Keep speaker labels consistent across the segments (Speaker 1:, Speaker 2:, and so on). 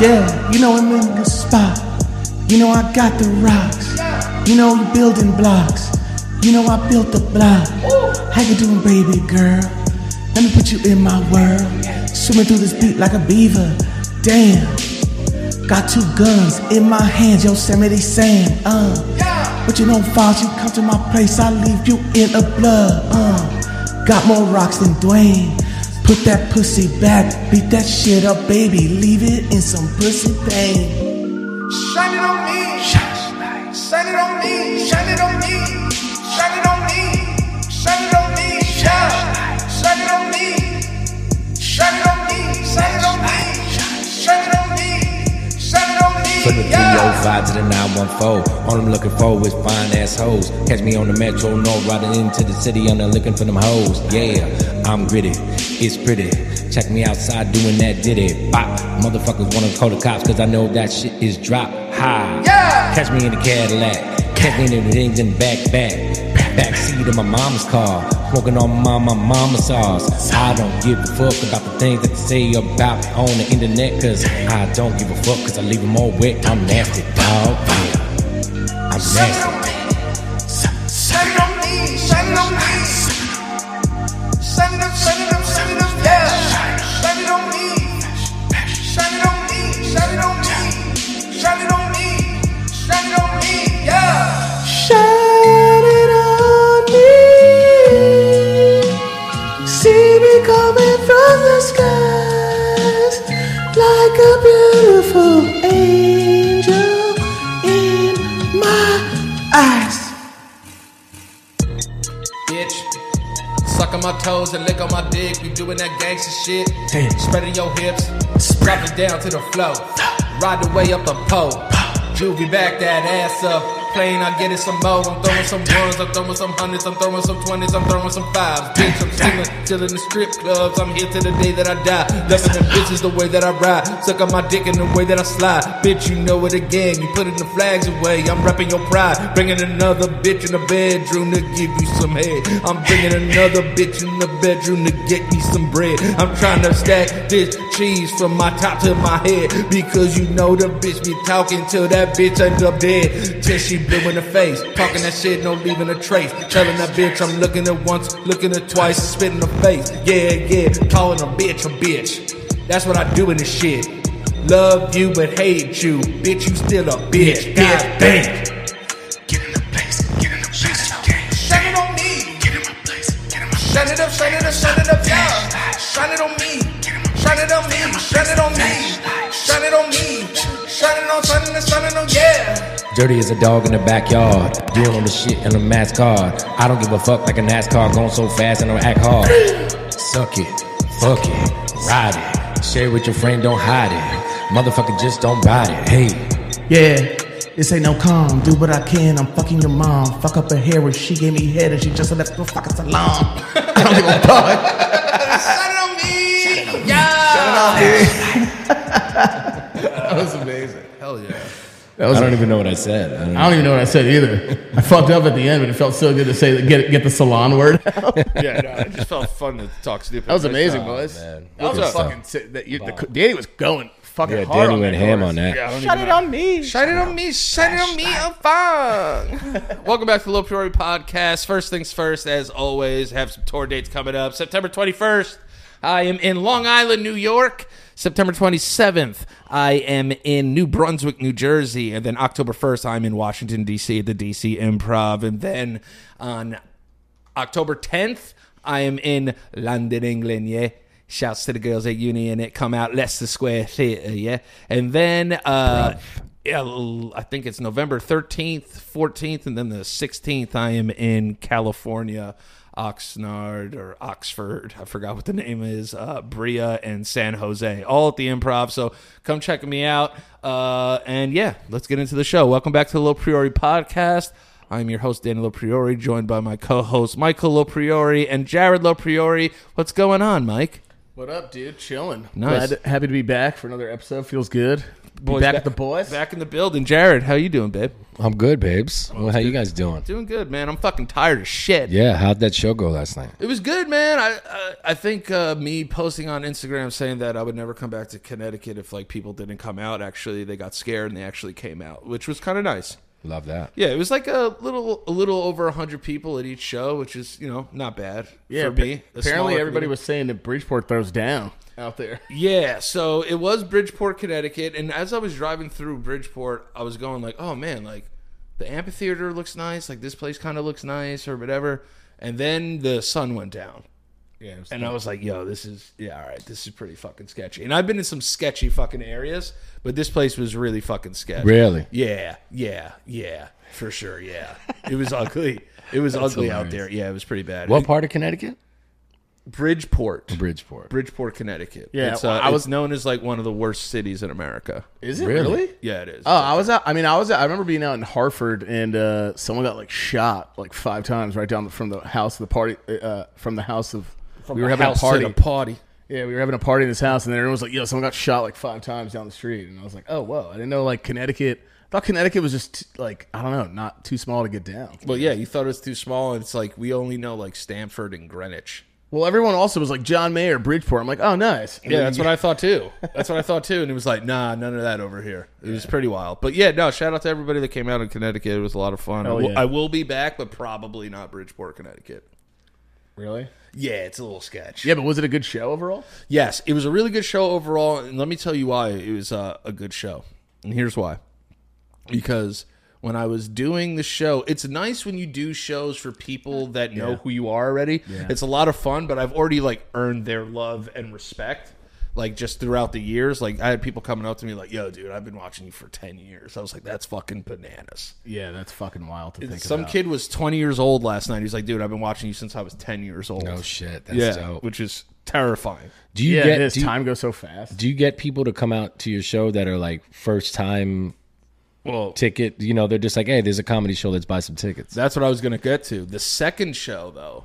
Speaker 1: Yeah, you know I'm in the spot. You know I got the rocks. You know you building blocks. You know I built the block. How you doing, baby girl? Let me put you in my world. Swimming through this beat like a beaver. Damn. Got two guns in my hands, Yosemite Sam. Uh. But you don't fall, you come to my place, I leave you in a blood. Uh. Got more rocks than Dwayne. Put that pussy back, beat that shit up, baby. Leave it in some pussy pain.
Speaker 2: Shine it on me. Shine it on me. Shine it on me. Shine it on me. Shine it on me. Yeah. Shine it on me. Shine it on me. Shine it on me. Shine it on me. Shine it on
Speaker 3: From
Speaker 2: me.
Speaker 3: the
Speaker 2: Yeah.
Speaker 3: 305 to the 914. All I'm looking for is fine assholes. Catch me on the metro north, riding into the city. I'm not looking for them hoes. Yeah, I'm gritty. It's pretty. Check me outside doing that diddy. Bop. Motherfuckers wanna call the cops, cause I know that shit is drop high.
Speaker 2: Yeah.
Speaker 3: Catch me in the Cadillac. Catch me in the things in the backpack. Backseat of my mama's car. Smoking on my, my mama's sauce. I don't give a fuck about the things that they say about on the internet. Cause I don't give a fuck cause I leave them all wet. I'm nasty, dog. Yeah. I'm
Speaker 2: Shine it
Speaker 3: nasty.
Speaker 2: on me. Shine it on me. Shine it on me. Shine it up, shine it up, shine it up. Yeah. Shine it on me. Shine it on me. Shine it on me. Shine it on me. Shine it on me. Yeah.
Speaker 1: Shine it on me. See me coming from the skies like a beautiful angel in my eyes.
Speaker 4: bitch. Suck on my toes and lick on my dick. You doing that gangster shit. Spreading your hips, drop it down to the flow. Ride the way up the pole. Juvie back that ass up. Playing, I get it some more. I'm throwing some ones, I'm throwing some hundreds, I'm throwing some twenties, I'm throwing some fives. Bitch, I'm stealing, still in the strip clubs. I'm here till the day that I die. Loving them bitches the way that I ride. Suck on my dick in the way that I slide. Bitch, you know it again. You putting the flags away. I'm repping your pride. Bringing another bitch in the bedroom to give you some head. I'm bringing another bitch in the bedroom to get me some bread. I'm trying to stack this cheese from my top to my head. Because you know the bitch be talking till that bitch end up dead. Till she blue in the face. Talking that shit, no leaving a trace. Telling that bitch I'm looking at once, looking at twice, spitting her face. Yeah, yeah. Calling a bitch a bitch. That's what I do in this shit. Love you but hate you. Bitch, you still a bitch. God damn.
Speaker 2: Shine it on me. Get in my place. Get in my Shine it up, shine it up, shine it up, yeah. Shine it on me. Shine it on me. Shine it on me. Shine it on me. Shine it on, shine it on, shine it on, yeah.
Speaker 3: Dirty as a dog in the backyard. Doing all the shit in a mask card. I don't give a fuck like a NASCAR. Going so fast and I don't act hard. Suck it, fuck it, ride it. Share it with your friend, don't hide it. Motherfucker, just don't ride it. Hey.
Speaker 1: Yeah, this ain't no calm. Do what I can. I'm fucking your mom. Fuck up her hair when she gave me head and she just left the fucking salon. I don't give a fuck.
Speaker 2: Shine it on me.
Speaker 5: That was amazing.
Speaker 4: Hell yeah.
Speaker 5: That was
Speaker 3: I don't even know what I said. I don't
Speaker 5: I don't even know what I said either. I fucked up at the end, but it felt so good to say that get get the salon word. out.
Speaker 6: Yeah, no, it just felt fun to talk stupid.
Speaker 5: That was amazing, boys.
Speaker 3: man.
Speaker 5: That was
Speaker 3: Good
Speaker 5: a
Speaker 3: stuff.
Speaker 5: fucking. si- That you, the, co- Danny was going fucking
Speaker 3: Yeah,
Speaker 5: hard.
Speaker 3: Danny
Speaker 5: on
Speaker 3: went
Speaker 5: that
Speaker 3: ham
Speaker 5: chorus.
Speaker 3: on that.
Speaker 6: Yeah, I don't
Speaker 4: Shut
Speaker 6: even
Speaker 4: it
Speaker 6: know.
Speaker 4: on me. Shut it on me. Shut it on me. I'm fine. Welcome back to the Little Peoria Podcast. First things first, as always, have some tour dates coming up. September 21st, I am in Long Island, New York. September 27th, I am in New Brunswick, New Jersey. And then October 1st, I'm in Washington, D.C. at the D.C. Improv. And then on October 10th, I am in London, England, yeah. Shouts to the girls at uni and it come out Leicester Square Theatre, yeah. And then uh yeah, l- I think it's November 13th, 14th, and then the 16th I am in California, Oxnard or Oxford. I forgot what the name is. Uh Bria and San Jose, all at the improv. So come check me out. Uh and yeah, let's get into the show. Welcome back to the Low Priori Podcast. I'm your host, Daniel Priori, joined by my co host, Michael Priori and Jared Priori. What's going on, Mike?
Speaker 5: What up, dude? Chilling.
Speaker 4: Nice.
Speaker 5: Glad, happy to be back for another episode. Feels good.
Speaker 4: boys
Speaker 5: back with the boys?
Speaker 4: Back in the building. Jared, how you doing, babe?
Speaker 3: I'm good, babes. Well, how you guys doing?
Speaker 4: Doing good, man. I'm fucking tired as shit.
Speaker 3: Yeah, how'd that show go last night?
Speaker 4: It was good, man. I I, I think uh, me posting on Instagram saying that I would never come back to Connecticut if like people didn't come out. Actually, they got scared and they actually came out, which was kind of nice.
Speaker 3: Love that.
Speaker 4: Yeah, it was like a little a little over hundred people at each show, which is you know not bad.
Speaker 5: Yeah,
Speaker 4: for me.
Speaker 5: appa-
Speaker 4: A
Speaker 5: apparently
Speaker 4: smaller
Speaker 5: everybody
Speaker 4: community.
Speaker 5: was saying that Bridgeport throws down out there.
Speaker 4: Yeah, so it was Bridgeport, Connecticut, and as I was driving through Bridgeport, I was going like, "Oh man, like the amphitheater looks nice, like this place kind of looks nice or whatever." And then the sun went down. Yeah, and I was like, "Yo, this is yeah, all right, this is pretty fucking sketchy." And I've been in some sketchy fucking areas, but this place was really fucking sketchy.
Speaker 3: Really?
Speaker 4: Yeah, yeah, yeah, for sure. Yeah, it was ugly. It was ugly out there. Yeah, it was pretty bad.
Speaker 3: What part of Connecticut?
Speaker 4: Bridgeport?
Speaker 3: Bridgeport.
Speaker 4: Bridgeport, Connecticut.
Speaker 5: Yeah,
Speaker 4: it's, uh,
Speaker 5: well, I was-
Speaker 4: it's known as like one of the worst cities in America.
Speaker 5: Is it
Speaker 3: Really?
Speaker 4: Yeah, it is.
Speaker 5: Oh, I was out. I mean, I was. Out, I remember being out in Hartford, and uh, someone got like shot like five times right down the, from the house of the party. uh, from the house of we were having a party.
Speaker 4: party.
Speaker 5: yeah, we were having a party in this house, and then everyone was like, "Yo, someone got shot like five times down the street." And I was like, "Oh, whoa!" I didn't know like Connecticut. I thought Connecticut was just like I don't know, not too small to get down.
Speaker 4: Well, yeah, you thought it was too small, and it's like we only know like Stanford and Greenwich.
Speaker 5: Well, everyone also was like John Mayer, Bridgeport. I'm like, "Oh, nice." And
Speaker 4: Yeah,
Speaker 5: then
Speaker 4: that's
Speaker 5: you-
Speaker 4: what I thought too. That's what I thought too, and it was like, nah, none of that over here. It was pretty wild, but yeah, no. Shout out to everybody that came out in Connecticut. It was a lot of fun. I will-
Speaker 5: yeah.
Speaker 4: I will be back, but probably not Bridgeport, Connecticut.
Speaker 5: really.
Speaker 4: Yeah, it's a little sketch.
Speaker 5: Yeah, but was it a good show overall?
Speaker 4: Yes, it was a really good show overall, and let me tell you why it was uh, a good show. And here's why: because when I was doing the show, it's nice when you do shows for people that know who you are already. It's a lot of fun, but I've already like earned their love and respect. Like just throughout the years, like I had people coming up to me like, "Yo, dude, I've been watching you for ten years." I was like, "That's fucking bananas."
Speaker 5: Yeah, that's fucking wild to think
Speaker 4: Some
Speaker 5: about.
Speaker 4: kid was twenty years old last night. He's like, "Dude, I've been watching you since I was ten years old."
Speaker 3: Oh shit, that's
Speaker 4: yeah,
Speaker 3: dope.
Speaker 4: which is terrifying.
Speaker 3: do you
Speaker 5: Yeah,
Speaker 3: get
Speaker 5: it is.
Speaker 3: do you-
Speaker 5: Time goes so fast.
Speaker 3: do you get people to come out to your show that are like first time
Speaker 4: Well,
Speaker 3: ticket? You know, they're just like, hey, there's a comedy show. Let's buy some tickets.
Speaker 4: That's what I was going to get to. The second show, though,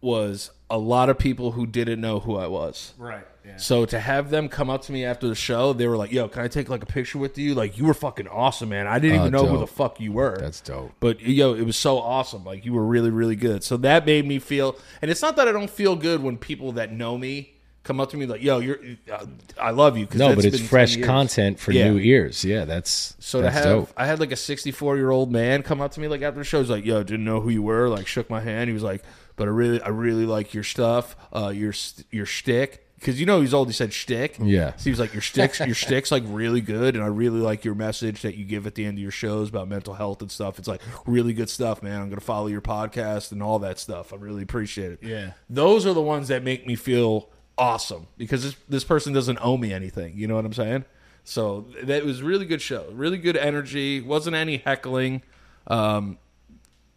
Speaker 4: was a lot of people who didn't know who I was.
Speaker 5: Right. Yeah.
Speaker 4: So to have them come up to me after the show, they were like, "Yo, can I take like a picture with you? Like, you were fucking awesome, man. I didn't
Speaker 3: Oh,
Speaker 4: even know who
Speaker 3: dope.
Speaker 4: the fuck you were.
Speaker 3: That's dope.
Speaker 4: But yo, it was so awesome. Like, you were really, really good. So that made me feel. And it's not that I don't feel good when people that know me come up to me like, "Yo, you're, uh, I love you." 'cause
Speaker 3: No,
Speaker 4: that's
Speaker 3: but it's
Speaker 4: been 10
Speaker 3: fresh
Speaker 4: years.
Speaker 3: content for
Speaker 4: Yeah.
Speaker 3: new ears. Yeah, that's
Speaker 4: So
Speaker 3: that's
Speaker 4: to have,
Speaker 3: dope.
Speaker 4: I had like a 64 year old man come up to me like after the show. He's like, "Yo, didn't know who you were." Like shook my hand. He was like, "But I really, I really like your stuff. Uh, your st- your shtick." Because you know he's old. He said shtick.
Speaker 3: Yeah.
Speaker 4: So he was like, "Your shtick's your shtick's like really good, and I really like your message that you give at the end of your shows about mental health and stuff. It's like really good stuff, man. I'm gonna follow your podcast and all that stuff. I really appreciate it.
Speaker 5: Yeah.
Speaker 4: Those are the ones that make me feel awesome because this this person doesn't owe me anything. You know what I'm saying? So th- that was a really good show. Really good energy. Wasn't any heckling. Um,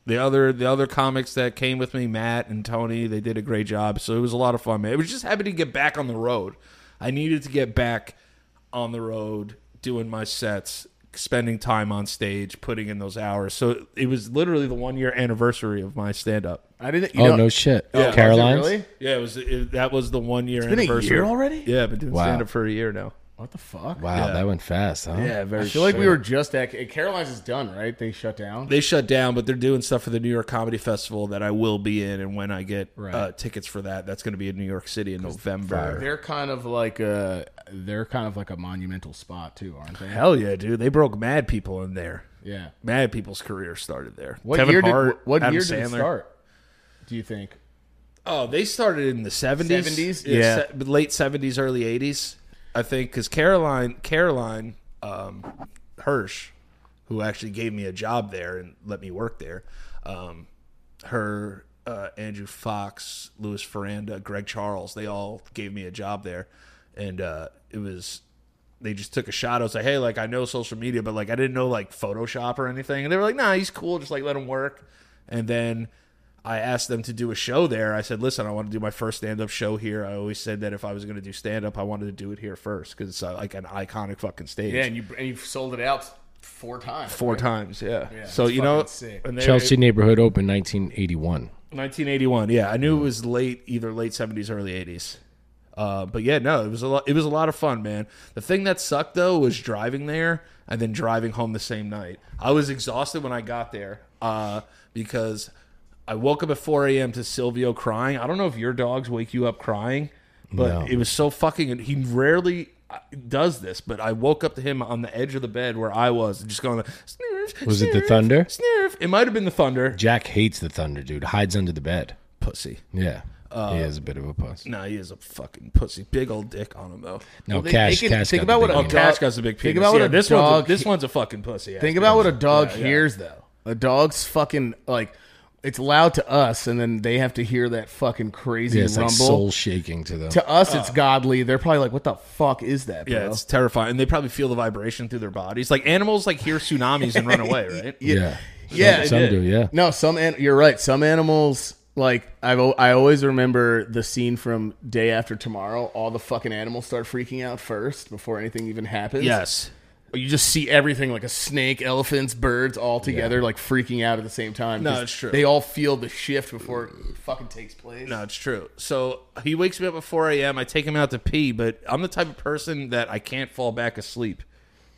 Speaker 4: the other the other comics that came with me, Matt and Tony, they did a great job. So it was a lot of fun, man. It was just happy to get back on the road. I needed to get back on the road doing my sets, spending time on stage, putting in those hours. So it was literally the one year anniversary of my stand up.
Speaker 5: I didn't. You
Speaker 3: oh
Speaker 5: know,
Speaker 3: no shit,
Speaker 5: Oh, was it
Speaker 3: Caroline's.
Speaker 5: really?
Speaker 4: Yeah, it was it, that was the one year
Speaker 5: been a
Speaker 4: anniversary.
Speaker 5: year already?
Speaker 4: Yeah, I've been doing
Speaker 3: Wow.
Speaker 4: stand up for a year now.
Speaker 5: What the fuck?
Speaker 3: Wow, that went fast, huh?
Speaker 4: Yeah, very.
Speaker 5: I feel like we were just at Caroline's is done, right? They shut down.
Speaker 4: They shut down, but they're doing stuff for the New York Comedy Festival that I will be in, and when I get uh, tickets for that, that's going to be in New York City in November.
Speaker 5: They're kind of like a they're kind of like a monumental spot too, aren't they?
Speaker 4: Hell yeah, dude! They broke mad people in there.
Speaker 5: Yeah.
Speaker 4: Mad people's career started there.
Speaker 5: What
Speaker 4: Kevin
Speaker 5: year
Speaker 4: Hart,
Speaker 5: did what
Speaker 4: Adam
Speaker 5: year did it
Speaker 4: Sandler.
Speaker 5: start? Do you think?
Speaker 4: Oh, they started in the seventies,
Speaker 5: 70s?
Speaker 4: yeah, se- late seventies, early eighties, I think. Because Caroline, Caroline um, Hirsch, who actually gave me a job there and let me work there, um, her uh, Andrew Fox, Louis Ferranda, Greg Charles, they all gave me a job there, and uh, it was. They just took a shot. I was like, "Hey, like I know social media, but like I didn't know like Photoshop or anything." And they were like, "Nah, he's cool. Just like let him work." And then I asked them to do a show there. I said, "Listen, I want to do my first stand-up show here." I always said that if I was going to do stand-up, I wanted to do it here first because it's uh, like an iconic fucking stage.
Speaker 5: you and you sold it out four times.
Speaker 4: four times, yeah.
Speaker 5: that's
Speaker 4: so you know,
Speaker 5: fucking sick.
Speaker 4: and they-
Speaker 3: Chelsea neighborhood opened 1981.
Speaker 4: 1981. Yeah, I knew it was late, either late 70s, early 80s. Uh, but yeah, no, it was a lot. It was a lot of fun, man. The thing that sucked though was driving there and then driving home the same night. I was exhausted when I got there uh, because I woke up at 4 a.m. to Silvio crying. I don't know if your dogs wake you up crying, but
Speaker 3: No.
Speaker 4: it was so fucking. He rarely uh, does this, but I woke up to him on the edge of the bed where I was, just going. Snurf,
Speaker 3: Was it the
Speaker 4: snurf,
Speaker 3: thunder?
Speaker 4: Snurf. It might have been the thunder.
Speaker 3: Jack hates the thunder, dude. Hides under the bed.
Speaker 4: Pussy.
Speaker 3: Yeah.
Speaker 5: Uh,
Speaker 3: he is a bit of a puss.
Speaker 4: Nah, he is a fucking pussy. Big old dick on him though.
Speaker 3: No,
Speaker 5: they-
Speaker 3: Cash,
Speaker 5: they can-
Speaker 3: Cash.
Speaker 5: think
Speaker 3: got
Speaker 5: about
Speaker 3: the
Speaker 5: what
Speaker 4: Oh,
Speaker 5: a
Speaker 3: big
Speaker 5: dog-
Speaker 4: Cash got a big penis.
Speaker 5: think about what
Speaker 4: Yeah,
Speaker 5: a
Speaker 4: this
Speaker 5: dog-
Speaker 4: One's a, this one's a fucking pussy. ass
Speaker 5: Think about what a
Speaker 4: bitch.
Speaker 5: dog
Speaker 4: Yeah, yeah.
Speaker 5: hears, though. A dog's fucking like it's loud to us, and then they have to hear that fucking crazy
Speaker 3: Yeah, it's like
Speaker 5: rumble.
Speaker 3: soul shaking to them.
Speaker 5: to us, it's godly. They're probably like, "What the fuck is that?" Bro?
Speaker 4: Yeah, it's terrifying. And they probably feel the vibration through their bodies. Like animals, like hear tsunamis and run away, right?
Speaker 5: yeah.
Speaker 3: yeah.
Speaker 5: Yeah,
Speaker 3: Some,
Speaker 5: it
Speaker 3: some
Speaker 4: did.
Speaker 3: do, yeah.
Speaker 5: No, some an- you're right. Some animals like I've al- I always remember the scene from Day After Tomorrow. All the fucking animals start freaking out first before anything even happens.
Speaker 4: Yes.
Speaker 5: you just see everything like a snake, elephants, birds all together like freaking out at the same time.
Speaker 4: No,
Speaker 5: 'cause
Speaker 4: it's true.
Speaker 5: They all feel the shift before it fucking takes place.
Speaker 4: No, it's true. So he wakes me up at 4 a.m. I take him out to pee, but I'm the type of person that I can't fall back asleep.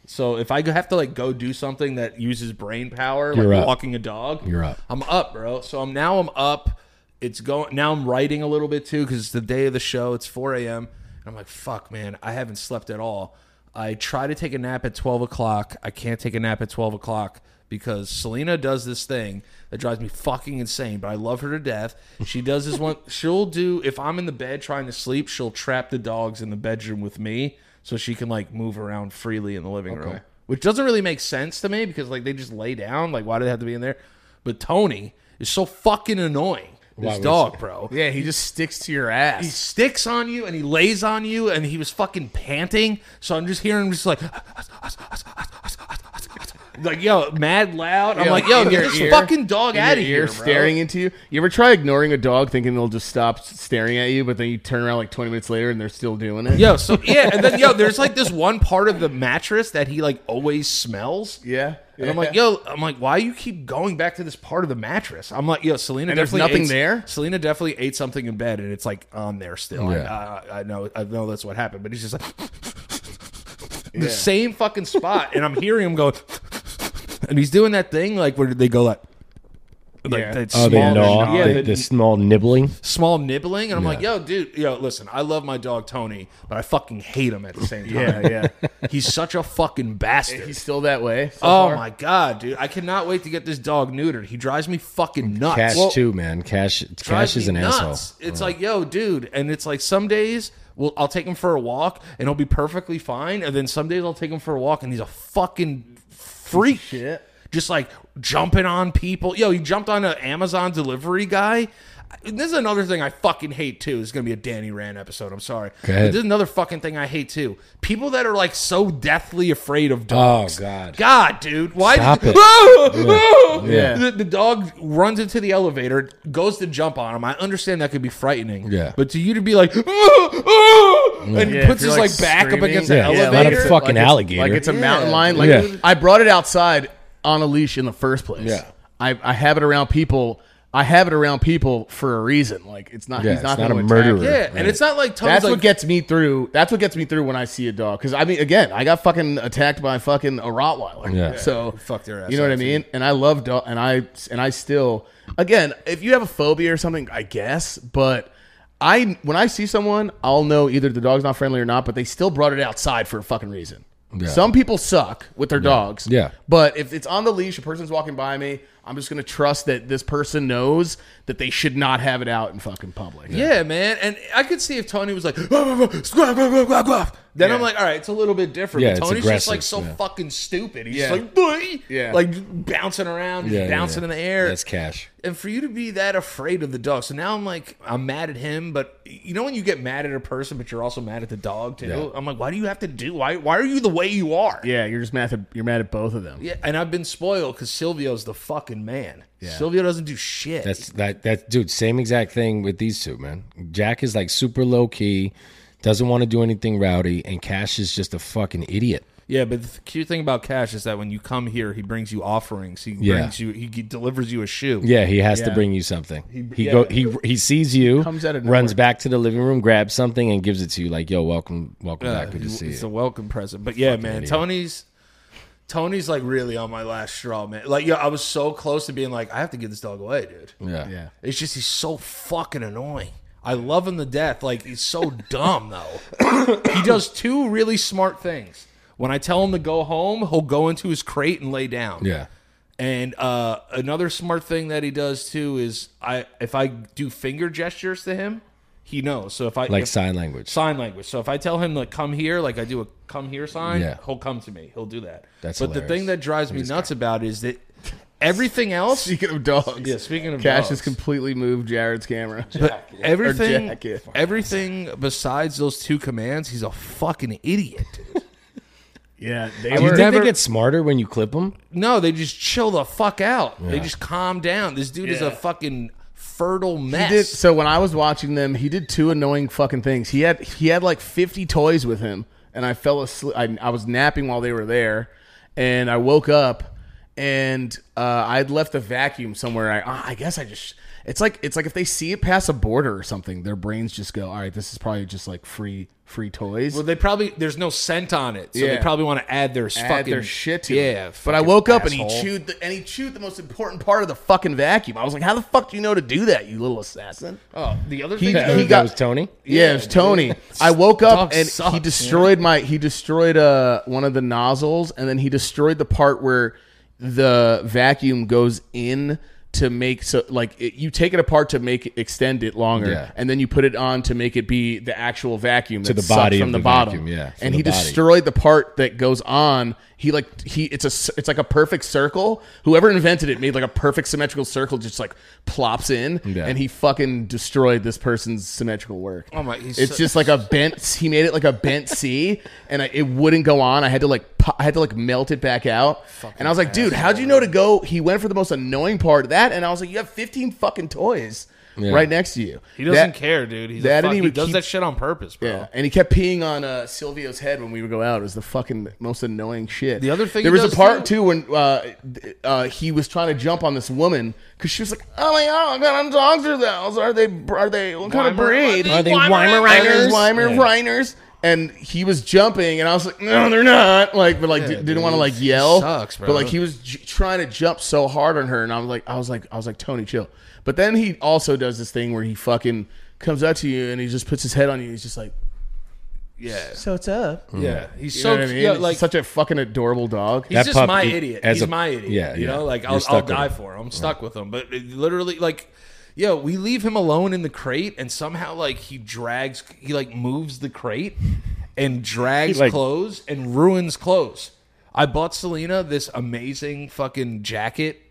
Speaker 4: So if I have to like go do something that uses brain power,
Speaker 3: You're
Speaker 4: like
Speaker 3: up.
Speaker 4: walking a dog,
Speaker 3: You're up.
Speaker 4: I'm up, bro. So I'm now I'm up. It's going now. I'm writing a little bit too because it's the day of the show. It's 4 a.m. And I'm like, fuck, man, I haven't slept at all. I try to take a nap at 12 o'clock. I can't take a nap at 12 o'clock because Selena does this thing that drives me fucking insane. But I love her to death. She does this one. She'll do if I'm in the bed trying to sleep. She'll trap the dogs in the bedroom with me so she can like move around freely in the living room which doesn't really make sense to me because like they just lay down. Like, why do they have to be in there? But Tony is so fucking annoying. This
Speaker 3: would
Speaker 4: dog, bro.
Speaker 5: Yeah, he just sticks to your
Speaker 4: He
Speaker 5: ass.
Speaker 4: sticks on you and he lays on you and he was fucking panting. So I'm just hearing him just like like yo, mad loud. I'm
Speaker 5: Yeah,
Speaker 4: like, yo,
Speaker 5: in
Speaker 4: get
Speaker 5: your
Speaker 4: this
Speaker 5: ear-
Speaker 4: fucking dog
Speaker 5: in
Speaker 4: out of
Speaker 5: your ear
Speaker 4: here, bro.
Speaker 5: staring into you. You ever try ignoring a dog thinking they'll just stop s- staring at you, but then you turn around like 20 minutes later and they're still doing it?
Speaker 4: Yo, so yeah, and then yo, there's like this one part of the mattress that he like always smells.
Speaker 5: Yeah.
Speaker 4: And I'm like, yo, I'm like, why you keep going back to this part of the mattress? I'm like, yo, Selena
Speaker 5: And there's
Speaker 4: definitely
Speaker 5: nothing
Speaker 4: ate-
Speaker 5: there?
Speaker 4: Selena definitely ate something in bed, and it's like on there still.
Speaker 3: Yeah.
Speaker 4: I, I, I know, I know that's what happened, but he's just like the same fucking spot, and I'm hearing him going, and he's doing that thing like where they go like, like
Speaker 5: Yeah.
Speaker 4: that
Speaker 3: Oh, they
Speaker 4: small,
Speaker 3: gnaw.
Speaker 4: yeah,
Speaker 3: the,
Speaker 4: that
Speaker 3: the small nibbling.
Speaker 4: small nibbling, and I'm like, yo, dude, yo, listen, I love my dog Tony, but I fucking hate him at the same time.
Speaker 5: yeah, yeah.
Speaker 4: he's such a fucking bastard.
Speaker 5: He's still that way. so
Speaker 4: Oh
Speaker 5: far?
Speaker 4: my god, dude! I cannot wait to get this dog neutered. He drives me fucking nuts.
Speaker 3: Cash
Speaker 4: Well,
Speaker 3: too, man. Cash
Speaker 4: drives
Speaker 3: Cash is an
Speaker 4: me nuts.
Speaker 3: asshole.
Speaker 4: It's like, yo, dude, and it's like some days we'll, I'll take him for a walk and he'll be perfectly fine, and then some days I'll take him for a walk and he's a fucking freak.
Speaker 5: shit.
Speaker 4: Just like jumping on people. Yo, he jumped on an Amazon delivery guy. This is another thing I fucking hate too. This is gonna be a Danny Rand episode. I'm sorry.
Speaker 3: Go ahead.
Speaker 4: But This is another fucking thing I hate too. People that are like so deathly afraid of dogs.
Speaker 3: Oh, God.
Speaker 4: God, dude, why?
Speaker 3: Stop
Speaker 4: did,
Speaker 3: it. Yeah.
Speaker 4: The, the dog runs into the elevator, goes to jump on him. I understand that could be frightening.
Speaker 3: Yeah.
Speaker 4: but to you to be like, "Oh, oh," and
Speaker 5: Yeah, if
Speaker 4: puts
Speaker 5: you're,
Speaker 4: his like, back up
Speaker 5: screaming,
Speaker 4: against
Speaker 3: Yeah,
Speaker 4: the
Speaker 3: like
Speaker 4: elevator.
Speaker 3: a
Speaker 5: it's
Speaker 3: fucking
Speaker 5: it's-
Speaker 3: alligator.
Speaker 5: Like it's a mountain
Speaker 4: Yeah.
Speaker 5: lion. Like
Speaker 3: Yeah.
Speaker 5: I brought it outside on a leash in the first place.
Speaker 3: Yeah.
Speaker 5: I, I have it around people. I have it around people for a reason. Like it's not.
Speaker 3: Yeah,
Speaker 5: he's
Speaker 3: it's
Speaker 5: not,
Speaker 3: not
Speaker 5: gonna
Speaker 3: a
Speaker 5: attack
Speaker 3: murderer.
Speaker 5: you.
Speaker 4: yeah,
Speaker 3: Right.
Speaker 4: and it's not like Tony's
Speaker 5: That's
Speaker 4: like,
Speaker 5: what gets me through. That's what gets me through when I see a dog. Because I mean, again, I got fucking attacked by fucking a Rottweiler.
Speaker 3: Yeah.
Speaker 5: So
Speaker 4: Fuck their ass
Speaker 5: You know what I
Speaker 4: up, too.
Speaker 5: mean? And I love dog. And I and I still, again, if you have a phobia or something, I guess. But I when I see someone, I'll know either the dog's not friendly or not. But they still brought it outside for a fucking reason.
Speaker 3: Yeah.
Speaker 5: Some people suck with their dogs.
Speaker 3: Yeah.
Speaker 5: But if it's on the leash, a person's walking by me, I'm just gonna trust that this person knows that they should not have it out in fucking public.
Speaker 4: Yeah, man. And I could see if Tony was like, "Ah, "Squawk, squawk, squawk, squawk, squawk." then I'm
Speaker 5: Yeah.
Speaker 4: like, all right, it's a little bit different.
Speaker 3: Yeah,
Speaker 4: but
Speaker 3: it's
Speaker 4: Tony's just like so
Speaker 3: aggressive, yeah.
Speaker 4: fucking stupid. He's
Speaker 5: Yeah.
Speaker 4: just like, "Boy,"
Speaker 5: Yeah.
Speaker 4: like bouncing around, just
Speaker 3: Yeah, yeah, yeah.
Speaker 4: bouncing in the air.
Speaker 3: That's Cash.
Speaker 4: and for you to be that afraid of the dog. So now I'm like, I'm mad at him, but you know when you get mad at a person, but you're also mad at the dog too.
Speaker 3: Yeah.
Speaker 4: I'm like, why do you have to do? Why why are you the way you are?
Speaker 5: Yeah, you're just mad at you're mad at both of them.
Speaker 4: Yeah, and I've been spoiled because Silvio's the fucking man.
Speaker 5: Yeah.
Speaker 4: Silvio doesn't do shit.
Speaker 3: That's that that dude. Same exact thing with these two, man. Jack is like super low key, doesn't want to do anything rowdy, and Cash is just a fucking idiot.
Speaker 4: Yeah, but the cute thing about Cash is that when you come here, he brings you offerings. He
Speaker 3: Yeah.
Speaker 4: brings you. He g- delivers you a shoe.
Speaker 3: Yeah, he has to
Speaker 4: Yeah.
Speaker 3: bring you something. He, go he he sees you,
Speaker 5: Comes out of
Speaker 3: runs
Speaker 5: nowhere.
Speaker 3: back to the living room, grabs something, and gives it to you like, "Yo, welcome, welcome
Speaker 4: Uh,
Speaker 3: back. Good to
Speaker 4: it's
Speaker 3: see
Speaker 4: it's
Speaker 3: you."
Speaker 4: a welcome present. But yeah, man,
Speaker 3: idiot.
Speaker 4: Tony's Tony's like really on my last straw, man. Like, yo, I was so close to being like, I have to give this dog away, dude.
Speaker 3: yeah,
Speaker 5: Yeah.
Speaker 4: It's just he's so fucking annoying. I love him to death. Like he's so dumb though. he does two really smart things. When I tell him to go home, he'll go into his crate and lay down.
Speaker 3: yeah.
Speaker 4: And uh, another smart thing that he does too is I if I do finger gestures to him, he knows. So if I
Speaker 3: Like
Speaker 4: if-
Speaker 3: sign language.
Speaker 4: sign language. So if I tell him to come here, like I do a come here sign,
Speaker 3: Yeah.
Speaker 4: he'll come to me. He'll do that.
Speaker 3: That's
Speaker 4: but
Speaker 3: hilarious.
Speaker 4: the thing that drives me nuts about is that everything else.
Speaker 5: Speaking of dogs,
Speaker 4: Yeah, speaking of
Speaker 5: Cash
Speaker 4: dogs.
Speaker 5: has completely moved Jared's camera.
Speaker 4: But everything,
Speaker 5: Jack, yeah.
Speaker 4: everything besides those two commands, he's a fucking idiot.
Speaker 5: yeah, they
Speaker 3: Do you
Speaker 5: were.
Speaker 3: think
Speaker 4: never-
Speaker 3: they get smarter when you clip them?
Speaker 4: No, they just chill the fuck out. They just calm down. This dude is a fucking fertile
Speaker 5: He
Speaker 4: mess.
Speaker 5: did, so when I was watching them, he did two annoying fucking things. He had he had like fifty toys with him, and I fell asleep. I, I was napping while they were there, and I woke up, and uh, I'd left the vacuum somewhere. I ah, I guess I just it's like it's like if they see it pass a border or something, their brains just go, all right, this is probably just like free free toys.
Speaker 4: Well, they probably there's no scent on it, so they
Speaker 5: Yeah.
Speaker 4: probably want to add their
Speaker 5: add
Speaker 4: fucking
Speaker 5: their shit to it.
Speaker 4: yeah.
Speaker 5: But I
Speaker 4: fucking
Speaker 5: woke up and he
Speaker 4: asshole.
Speaker 5: chewed the, and he chewed the most important part of the fucking vacuum. I was like, how the fuck do you know to do that, you little assassin?
Speaker 4: Oh, the other
Speaker 5: He-
Speaker 4: thing
Speaker 5: he
Speaker 3: That
Speaker 5: got-
Speaker 3: was Tony.
Speaker 5: Yeah, it was Tony. I woke
Speaker 4: Dog
Speaker 5: up and
Speaker 4: sucks,
Speaker 5: he
Speaker 4: man.
Speaker 5: destroyed my he destroyed uh one of the nozzles and then he destroyed the part where the vacuum goes in to make so like it, you take it apart to make it extend it longer
Speaker 3: Yeah.
Speaker 5: and then you put it on to make it be the actual vacuum
Speaker 3: To
Speaker 5: that's
Speaker 3: the body
Speaker 5: sucked from
Speaker 3: of
Speaker 5: the,
Speaker 3: the
Speaker 5: bottom
Speaker 3: vacuum, yeah, from
Speaker 5: and
Speaker 3: the
Speaker 5: he
Speaker 3: body.
Speaker 5: destroyed the part that goes on he like he it's a c- it's like a perfect circle whoever invented it made like a perfect symmetrical circle just like plops in
Speaker 3: Yeah.
Speaker 5: and he fucking destroyed this person's symmetrical work
Speaker 4: Oh my- he's
Speaker 5: it's
Speaker 4: so-
Speaker 5: just like a bent. He made it like a bent C, and I, it wouldn't go on. I had to like, pu- I had to like melt it back out. and I was like, dude, how'd you know to go? He went for the most annoying part of that, and I was like, you have 15 fucking toys right next to you.
Speaker 4: he doesn't
Speaker 5: That-
Speaker 4: care, dude. He's
Speaker 5: that
Speaker 4: a
Speaker 5: and
Speaker 4: fuck,
Speaker 5: he
Speaker 4: he,
Speaker 5: would
Speaker 4: does
Speaker 5: keep-
Speaker 4: that shit on purpose, bro.
Speaker 5: Yeah, Oh. and he kept peeing on uh, Silvio's head when we would go out. It was the fucking most annoying shit.
Speaker 4: The other thing
Speaker 5: there
Speaker 4: he
Speaker 5: was a
Speaker 4: does,
Speaker 5: part
Speaker 4: too-
Speaker 5: too when uh, th- uh, he was trying to jump on this woman because she was like, "Oh my god, what kind of dogs are those? Are they are they what kind of
Speaker 4: Weimer-
Speaker 5: breed?
Speaker 3: Are they
Speaker 5: Reiners,
Speaker 3: Weimaraners?
Speaker 5: Weimer, Reiners, and he was jumping, and I was like, no, they're not. Like, but like, di- didn't want to like yell.
Speaker 4: sucks, bro.
Speaker 5: But like, he was j- trying to jump so hard on her, and I was like, I was like, I was like, Tony, chill. But then he also does this thing where he fucking comes up to you and he just puts his head on you. He's just like,
Speaker 4: Yeah,
Speaker 5: so it's up. You
Speaker 4: yeah. He's
Speaker 5: know
Speaker 4: so
Speaker 5: what I mean?
Speaker 4: yeah,
Speaker 5: It's
Speaker 4: like
Speaker 5: such a fucking adorable dog.
Speaker 4: He's
Speaker 3: That
Speaker 4: just
Speaker 3: pup,
Speaker 4: my
Speaker 3: he-
Speaker 4: idiot.
Speaker 3: as
Speaker 4: He's
Speaker 3: a-
Speaker 4: my idiot.
Speaker 3: yeah,
Speaker 4: you
Speaker 3: yeah.
Speaker 4: know, like
Speaker 3: You're
Speaker 4: I'll,
Speaker 3: stuck
Speaker 4: I'll
Speaker 3: with
Speaker 4: die
Speaker 3: him.
Speaker 4: for him. I'm stuck with him. But it literally, like, yeah, we leave him alone in the crate, and somehow, like, he drags, he like moves the crate and drags
Speaker 3: He, like-
Speaker 4: clothes and ruins clothes. I bought Selena this amazing fucking jacket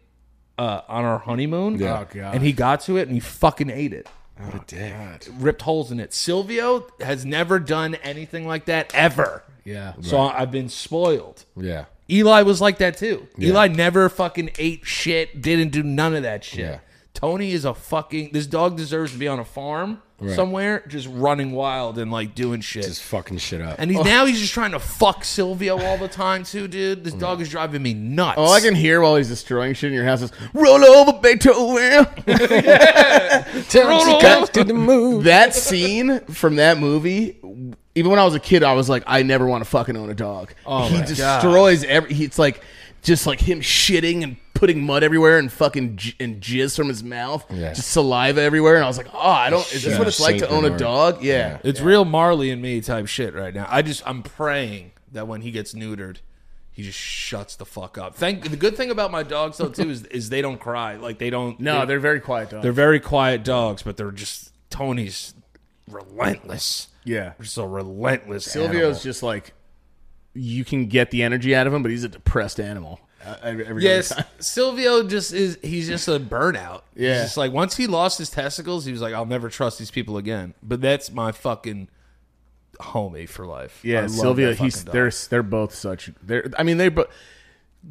Speaker 4: uh, on our honeymoon.
Speaker 3: Yeah. Oh,
Speaker 4: god! And he got to it and he fucking ate it. Ripped holes in it. Silvio has never done anything like that ever.
Speaker 5: Yeah.
Speaker 4: So I've been spoiled.
Speaker 3: Yeah,
Speaker 4: Eli was like that too.
Speaker 3: Yeah.
Speaker 4: Eli never fucking ate shit, didn't do none of that shit.
Speaker 3: Yeah.
Speaker 4: Tony is a fucking this dog deserves to be on a farm
Speaker 3: Right.
Speaker 4: somewhere just running wild and like doing shit.
Speaker 3: just fucking shit up.
Speaker 4: and he's,
Speaker 5: Oh.
Speaker 4: now he's just trying to fuck Silvio all the time too, dude. This dog is driving me nuts.
Speaker 5: All Oh, I can hear while he's destroying shit in your house is "Roll over, Beethoven."
Speaker 3: Tell him to the move.
Speaker 5: that scene from that movie, even when I was a kid, I was like, I never want to fucking own a dog. he
Speaker 4: Oh my
Speaker 5: destroys every. He, it's like just like him shitting and putting mud everywhere and fucking j- and jizz from his mouth,
Speaker 3: Yeah.
Speaker 5: just saliva everywhere. And I was like, oh, I don't. Is this
Speaker 3: Yeah.
Speaker 5: what it's like to
Speaker 3: Saint
Speaker 5: own a
Speaker 3: Bernard.
Speaker 5: dog? Yeah.
Speaker 4: it's real Marley and me type shit right now. I just I'm praying that when he gets neutered, he just shuts the fuck up. Thank the good thing about my dogs though too is is they don't cry. Like they don't
Speaker 5: No,
Speaker 4: they-
Speaker 5: they're very quiet dogs.
Speaker 4: They're very quiet dogs, but they're just Tony's relentless.
Speaker 5: yeah.
Speaker 4: Just a relentless. animal.
Speaker 5: Silvio's just like you can get the energy out of him, but he's a depressed animal. Uh, Every, every other
Speaker 4: yes.
Speaker 5: time.
Speaker 4: Silvio just is. He's just a burnout. He's
Speaker 5: Yeah.
Speaker 4: just like once he lost his testicles, he was like, "I'll never trust these people again." But that's my fucking homie for life. I
Speaker 5: Yeah,
Speaker 4: love
Speaker 5: Sylvia.
Speaker 4: that
Speaker 5: He's
Speaker 4: fucking dog.
Speaker 5: they're they're both such. They're I mean they both.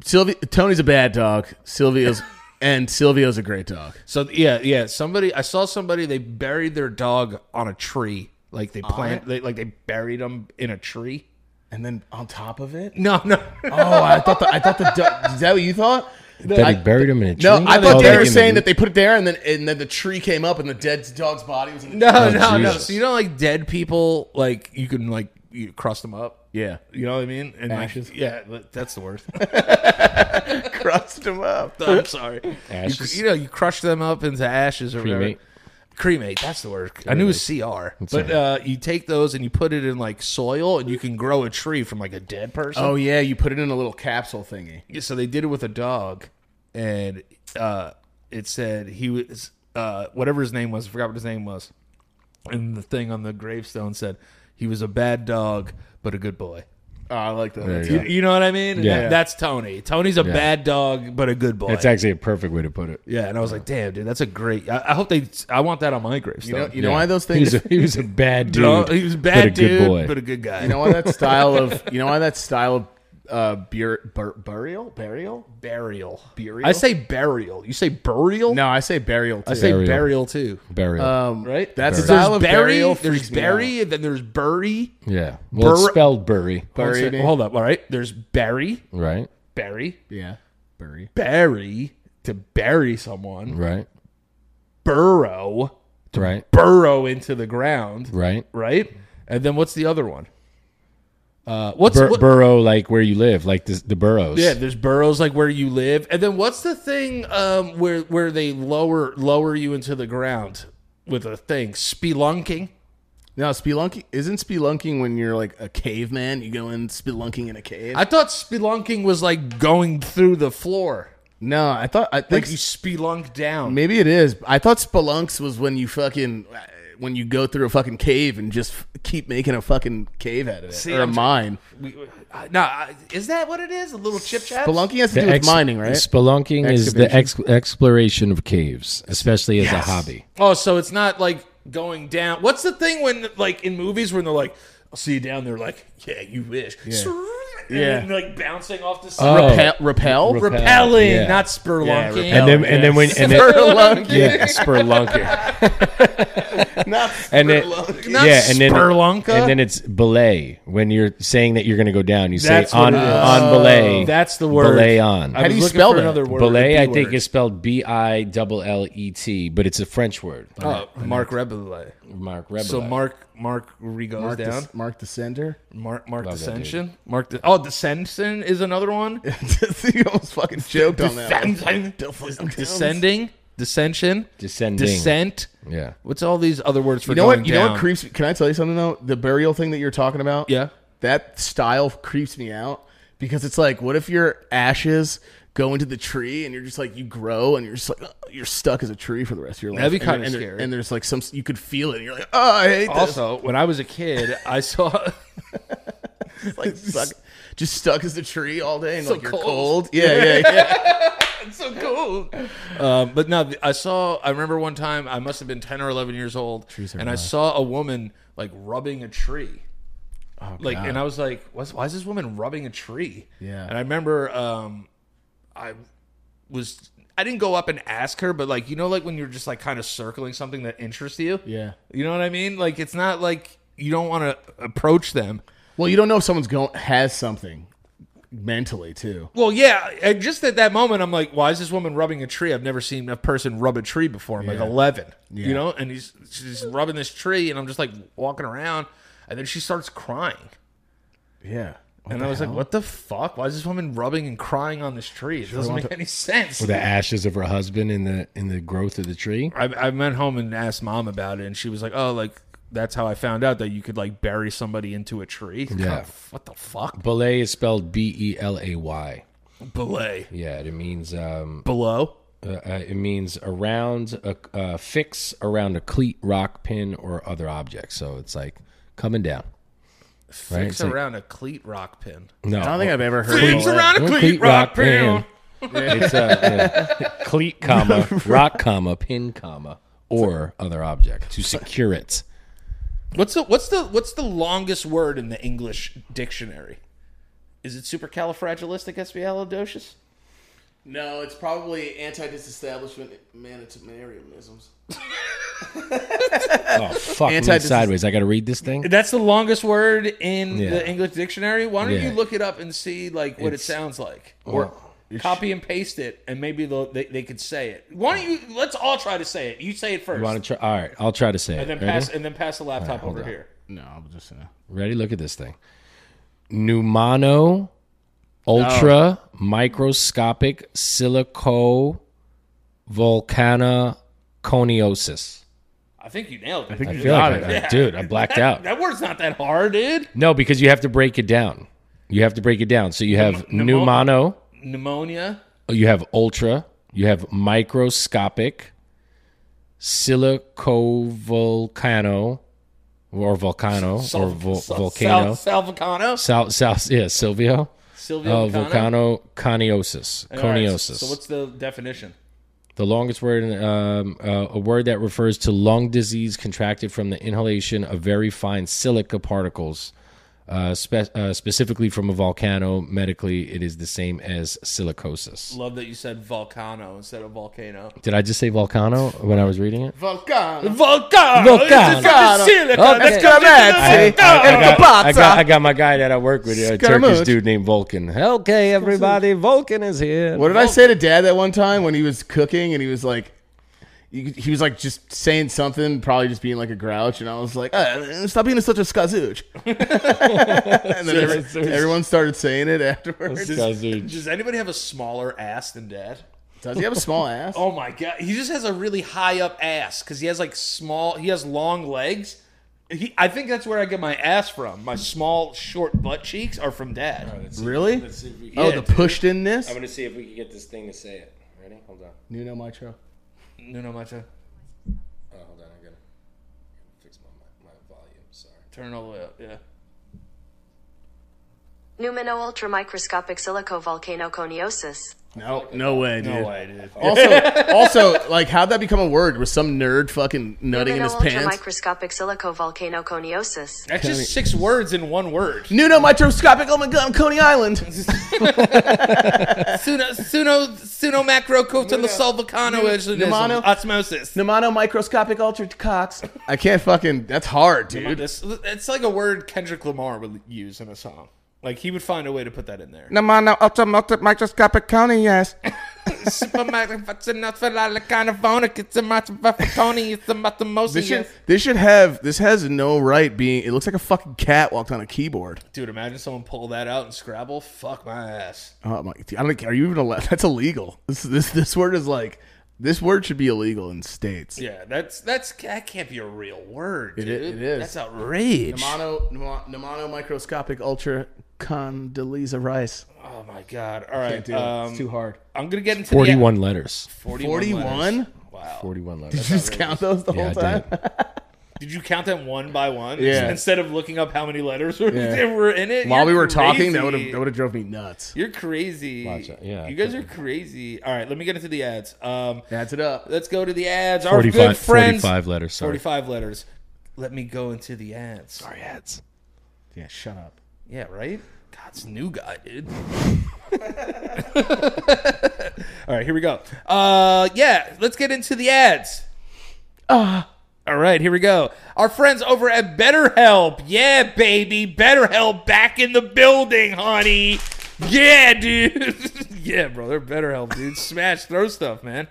Speaker 5: Sylvia Tony's a bad dog. Sylvia's and Sylvia's a great dog.
Speaker 4: So yeah, yeah. Somebody I saw somebody they buried their dog on a tree. Like they plant, they, like they buried him in a tree.
Speaker 5: and then on top of it.
Speaker 4: No, no.
Speaker 5: Oh, I thought the, I thought the duck. Is that what you thought?
Speaker 3: That
Speaker 5: I-
Speaker 3: he buried him in a tree.
Speaker 5: No, I
Speaker 3: Oh,
Speaker 5: thought they
Speaker 3: that
Speaker 5: were
Speaker 3: he-
Speaker 5: saying that they put it there, and then and then the tree came up, and the dead dog's body was in.
Speaker 4: No, no, no.
Speaker 3: Jesus.
Speaker 4: So you know, like dead people, like you can like you crust them up.
Speaker 5: Yeah,
Speaker 4: You know what I mean? And like,
Speaker 5: Ashes.
Speaker 4: yeah, but that's the worst.
Speaker 5: crushed him up.
Speaker 4: I'm sorry.
Speaker 3: Ashes.
Speaker 4: You, you know, you crush them up into ashes or
Speaker 3: Cremate.
Speaker 4: whatever. Cremate. That's the word. I knew it was CR. but uh, you take those and you put it in like soil, and you can grow a tree from like a dead person.
Speaker 5: Oh yeah, you put it in a little capsule thingy.
Speaker 4: Yeah, so they did it with a dog, and uh, it said he was uh, whatever his name was. I forgot what his name was. And the thing on the gravestone said he was a bad dog, but a good boy.
Speaker 5: Oh, I like that.
Speaker 3: There you
Speaker 5: That's
Speaker 3: go.
Speaker 4: You, you know what I mean? And
Speaker 3: Yeah.
Speaker 4: that- that's Tony. Tony's a bad dog, but a good boy.
Speaker 3: That's actually a perfect way to put it.
Speaker 4: yeah, and I was like, damn, dude, that's a great. I, I hope they. I want that on my
Speaker 5: You
Speaker 4: gravestone.
Speaker 5: know, you know
Speaker 3: Yeah.
Speaker 5: why those things.
Speaker 3: He was a, he was a bad dude.
Speaker 4: No, he was a
Speaker 3: but a
Speaker 4: bad
Speaker 3: good
Speaker 4: dude,
Speaker 3: boy.
Speaker 4: but a good guy.
Speaker 5: You know why that style of. You know why that style of uh, bur- bur- burial, burial,
Speaker 4: burial.
Speaker 5: burial.
Speaker 4: I say burial. You say burial.
Speaker 5: no. I say burial. Too.
Speaker 4: I say
Speaker 3: Burial.
Speaker 4: burial, too.
Speaker 3: burial.
Speaker 5: um,
Speaker 4: Right?
Speaker 5: That
Speaker 4: There's
Speaker 5: style of
Speaker 4: bury.
Speaker 5: burial.
Speaker 4: There's
Speaker 5: freaks me out.
Speaker 4: bury, and then there's bury.
Speaker 3: yeah. Well, it's
Speaker 4: bur-
Speaker 3: spelled bury,
Speaker 5: Bury
Speaker 4: Hold on,
Speaker 5: me.
Speaker 4: hold up. All right. There's bury,
Speaker 3: right?
Speaker 4: bury,
Speaker 5: Yeah, bury.
Speaker 4: bury to bury someone.
Speaker 3: Right?
Speaker 4: Burrow,
Speaker 3: Right?
Speaker 4: burrow into the ground.
Speaker 3: Right?
Speaker 4: Right. And then what's the other one? Uh, what's
Speaker 3: Bur-
Speaker 4: what-
Speaker 3: burrow, like where you live, like this, the burrows.
Speaker 4: yeah? There's burrows like where you live, and then what's the thing um, where where they lower lower you into the ground with a thing spelunking?
Speaker 5: Now spelunking isn't spelunking when you're like a caveman. You go in spelunking in a cave.
Speaker 4: I thought spelunking was like going through the floor,
Speaker 5: no, I thought I think
Speaker 4: like you spelunk down.
Speaker 5: Maybe it is. I thought spelunks was when you fucking uh, when you go through a fucking cave and just f- keep making a fucking cave out of it
Speaker 4: See,
Speaker 5: or a
Speaker 4: I'm-
Speaker 5: mine.
Speaker 4: We, uh, no, I- is that what it is? A little chip chat?
Speaker 5: Spelunking has to
Speaker 3: The
Speaker 5: do with
Speaker 3: ex-
Speaker 5: mining, right?
Speaker 3: Spelunking is the ex- exploration of caves, especially as a hobby.
Speaker 4: Oh, so it's not like going down. What's the thing when, like, in movies when they're like, "I'll see you down there," like, "Yeah, you wish." Yeah. And then, like bouncing off the side,
Speaker 3: Oh.
Speaker 5: Repel, repel,
Speaker 3: Repel.
Speaker 4: repelling,
Speaker 3: Yeah.
Speaker 4: not spurlunking.
Speaker 5: Yeah,
Speaker 3: And then, and then when, and then,
Speaker 5: Spelunking.
Speaker 3: yeah, spelunking,
Speaker 5: Not
Speaker 3: and then,
Speaker 4: Not
Speaker 3: yeah, and then,
Speaker 4: spurlunka.
Speaker 3: and then it's belay when you're saying that you're going to go down. You say
Speaker 4: That's
Speaker 3: on
Speaker 4: what it is. Oh,
Speaker 3: on belay.
Speaker 4: that's the word.
Speaker 3: belay on.
Speaker 4: I
Speaker 5: How do
Speaker 4: was
Speaker 5: you
Speaker 4: looking
Speaker 5: spell
Speaker 4: for
Speaker 5: that?
Speaker 4: Another word,
Speaker 3: Belay,
Speaker 4: a
Speaker 3: I
Speaker 4: B
Speaker 3: think,
Speaker 4: word.
Speaker 3: is spelled B I double L E T, but it's a French word.
Speaker 4: oh, Mark Rebelay.
Speaker 3: Mark Rebel.
Speaker 4: Oh, So Mark Mark Regos
Speaker 5: mark the,
Speaker 4: down.
Speaker 5: mark the sender.
Speaker 4: Mark Mark
Speaker 3: Love that dude.
Speaker 4: Descension. Mark De- oh Descension is another one.
Speaker 5: you almost fucking joked on that. one.
Speaker 4: Descending, dissension,
Speaker 3: descending.
Speaker 4: dissent.
Speaker 3: Yeah.
Speaker 4: What's all these other words for
Speaker 5: You know
Speaker 4: going
Speaker 5: what? You know
Speaker 4: down?
Speaker 5: what creeps? me- Can I tell you something though? The burial thing that you're talking about.
Speaker 4: Yeah.
Speaker 5: that style creeps me out because it's like, what if your ashes go into the tree and you're just like you grow and you're just like ugh, you're stuck as a tree for the rest of your life.
Speaker 4: That'd be
Speaker 5: And there-
Speaker 4: kinda
Speaker 5: and there-
Speaker 4: scary.
Speaker 5: And there's like some you could feel it. and You're like, oh, I hate this.
Speaker 4: Also, when I was a kid, I saw
Speaker 5: It's like stuck, just stuck as a tree all day and
Speaker 4: So
Speaker 5: like you're
Speaker 4: cold.
Speaker 5: cold. Yeah, yeah, yeah.
Speaker 4: so cool. Um, but no, I saw. I remember one time I must have been ten or eleven years old, and I saw a woman like rubbing a tree. like, and I was like, What's, "Why is this woman rubbing a tree?"
Speaker 5: Yeah.
Speaker 4: And I remember, um, I was. I didn't go up and ask her, but like you know, like when you're just like kind of circling something that interests you.
Speaker 5: Yeah.
Speaker 4: You know what I mean? Like it's not like you don't want to approach them.
Speaker 5: well, you don't know if someone's going has something mentally too.
Speaker 4: Well, yeah, and just at that moment, I'm like, why is this woman rubbing a tree? I've never seen a person rub a tree before. I'm like 11, you know, and he's she's rubbing this tree, and I'm just like walking around, and then she starts crying,
Speaker 5: Yeah. What
Speaker 4: and
Speaker 5: the
Speaker 4: I was
Speaker 5: hell?
Speaker 4: like, what the fuck? Why is this woman rubbing and crying on this tree? It doesn't make any sense.
Speaker 3: the ashes of her husband in the in the growth of the tree.
Speaker 4: I, I went home and asked mom about it, and she was like, oh, like that's how I found out that you could like bury somebody into a tree.
Speaker 3: Yeah.
Speaker 4: what the fuck?
Speaker 3: Belay is spelled B E L A Y.
Speaker 4: Belay
Speaker 3: Yeah, it means um,
Speaker 4: below.
Speaker 3: uh, uh, it means around a uh, fix around a cleat, rock, pin, or other object. So it's like coming down. Right?
Speaker 4: Fix
Speaker 3: It's like-
Speaker 4: around a cleat rock pin.
Speaker 3: No,
Speaker 5: I don't think I've ever heard.
Speaker 4: Fix
Speaker 5: of
Speaker 4: around a cleat, rock, pin.
Speaker 3: It's uh, yeah. cleat, comma, rock, comma, pin, comma, or other object to secure it.
Speaker 4: What's the what's the what's the longest word in the English dictionary? Is it supercalifragilisticexpialidocious?
Speaker 5: No, it's probably anti-disestablishment humanitarianisms.
Speaker 3: Oh fuck! Anti-
Speaker 5: Anti-
Speaker 3: sideways. I got to read this thing.
Speaker 4: That's the longest word in
Speaker 3: Yeah.
Speaker 4: the English dictionary. Why don't
Speaker 3: Yeah.
Speaker 4: you look it up and see like what
Speaker 3: It's- Oh.
Speaker 4: it sounds like, or copy and paste it, and maybe they'll- they they could say it. Why don't you? Let's all try to say it. You say it first,
Speaker 3: You want to try? All right, I'll try to say
Speaker 4: and
Speaker 3: it.
Speaker 4: then
Speaker 3: Ready?
Speaker 4: pass and then pass the laptop
Speaker 3: hold
Speaker 4: over
Speaker 3: on.
Speaker 4: here.
Speaker 5: No, I'm just gonna.
Speaker 3: Ready? Look at this thing. Pneumano ultra microscopic silico volcana coniosis.
Speaker 4: I think you nailed it.
Speaker 3: I
Speaker 5: You
Speaker 3: feel
Speaker 5: got
Speaker 3: like I,
Speaker 5: it.
Speaker 3: I- dude, I blacked out.
Speaker 4: That word's not that hard, dude.
Speaker 3: No, because you have to break it down. You have to break it down. So you have pneumano,
Speaker 4: Pneumonia.
Speaker 3: you have ultra, you have microscopic, silicovolcano, or volcano, or vol- volcano,
Speaker 4: Sal, Sal Vulcano.
Speaker 3: South, South, yeah, Silvio,
Speaker 4: Silvio
Speaker 3: uh,
Speaker 4: Vulcano.
Speaker 3: volcano coniosis,
Speaker 4: All right,
Speaker 3: coniosis.
Speaker 4: so- so what's the definition?
Speaker 3: the longest word, in, um, uh, a word that refers to lung disease contracted from the inhalation of very fine silica particles, uh, spe- uh, specifically from a volcano. Medically, it is the same as silicosis.
Speaker 4: Love that you said volcano instead of volcano.
Speaker 3: Did I just say volcano when I was reading it?
Speaker 5: Volcano.
Speaker 4: Volcano.
Speaker 3: Volcano.
Speaker 4: Ah, It's a basilica.
Speaker 3: Okay.
Speaker 4: Let's go
Speaker 3: I,
Speaker 5: Scaramazzi.
Speaker 4: back.
Speaker 3: I- I
Speaker 5: El
Speaker 3: got, I, got,
Speaker 5: Capazza.
Speaker 3: I got my guy that I work with, a Turkish
Speaker 5: Scaramouche.
Speaker 3: dude named Vulcan. Okay, everybody, Vulcan is here.
Speaker 5: What did I say to Dad that one time when he was cooking and he was like, he he was like just saying something, probably just being like a grouch, and I was like, "Uh, "Stop being such a skazooch." and then every- everyone started saying it afterwards.
Speaker 3: Skazooch.
Speaker 4: Does anybody have a smaller ass than dad?
Speaker 5: Does he have a small ass?
Speaker 4: Oh my god, he just has a really high up ass because he has like small. He has long legs. He, I think that's where I get my ass from. My small, short butt cheeks are from dad.
Speaker 5: really?
Speaker 3: Oh,
Speaker 5: oh, the pushed in this.
Speaker 3: I'm gonna see if we can get this thing to say it. Ready? Hold on.
Speaker 5: Nuno Mitro.
Speaker 4: No, no, macho.
Speaker 3: Oh, hold on. I gotta fix my, my volume. Sorry.
Speaker 4: Turn it all the way up. Yeah.
Speaker 7: Numino ultramicroscopic silicovolcano coniosis.
Speaker 5: No, no way, dude.
Speaker 4: No way, dude.
Speaker 5: Also, also, like, how'd that become a word? Was some nerd fucking nutting in his
Speaker 7: Numino
Speaker 5: pants?
Speaker 7: ultramicroscopic silicovolcano coniosis.
Speaker 4: That's just six words in one word.
Speaker 5: Nuno microscopic. Oh my god, I'm Coney Island.
Speaker 4: Suno, suno, suno macro cotosolvicano
Speaker 5: Numano.
Speaker 4: osmosis.
Speaker 5: Numano microscopic ultra cocks. I can't fucking. That's hard, dude.
Speaker 4: This, it's like a word Kendrick Lamar would use in a song. Like he would find a way to put that in there.
Speaker 5: Numano ultra multi microscopic Coney. Yes. This should this should have this has no right being. It looks like a fucking cat walked on a keyboard.
Speaker 4: Dude, imagine someone pull that out and Scrabble. Fuck my ass.
Speaker 5: Oh my! I don't. Are you even allowed? That's illegal. This this this word is like this word should be illegal in states.
Speaker 4: Yeah, that's that's that can't be a real word,
Speaker 5: It
Speaker 4: dude.
Speaker 5: i- it is.
Speaker 4: That's outrage.
Speaker 5: Mono, mono microscopic ultra Condoleezza Rice.
Speaker 4: Oh my god. All right, um,
Speaker 5: hard.
Speaker 4: I'm gonna get into the-
Speaker 3: Forty-one letters.
Speaker 4: 41 letters.
Speaker 5: 41?
Speaker 4: Wow.
Speaker 3: Forty-one letters.
Speaker 5: Just count those the
Speaker 3: Yeah,
Speaker 5: whole
Speaker 3: I
Speaker 5: time?
Speaker 3: did.
Speaker 4: Did you count them one by one?
Speaker 5: Yeah.
Speaker 4: Instead of looking up how many letters were,
Speaker 5: Yeah.
Speaker 4: were in it.
Speaker 5: While
Speaker 4: You're
Speaker 5: we were talking, that would
Speaker 4: crazy.
Speaker 5: have that would have drove me nuts.
Speaker 4: You're crazy.
Speaker 3: Watch it. Yeah,
Speaker 4: You guys
Speaker 3: I
Speaker 4: are crazy. All right, let me get into the ads. Um,
Speaker 5: That's it up.
Speaker 4: let's go to the ads. Our good
Speaker 3: 45,
Speaker 4: friends.
Speaker 3: 45 letters. Sorry.
Speaker 4: 45 letters. Let me go into the ads.
Speaker 3: Sorry, ads.
Speaker 5: Yeah, shut up.
Speaker 4: Yeah, right? God's new guy, dude. All right, here we go. Uh, yeah, let's get into the ads. Ah, All right, here we go. Our friends over at BetterHelp. Yeah, baby. BetterHelp back in the building, honey. Yeah, dude. yeah, bro. They're BetterHelp, dude. Smash, throw stuff, man.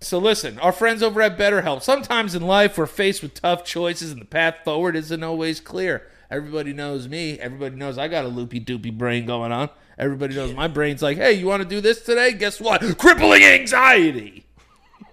Speaker 4: So listen, our friends over at BetterHelp. Sometimes in life, we're faced with tough choices, and the path forward isn't always clear. Everybody knows me. Everybody knows I got a loopy doopy brain going on. Everybody knows my brain's like, hey, you want to do this today? Guess what? Crippling anxiety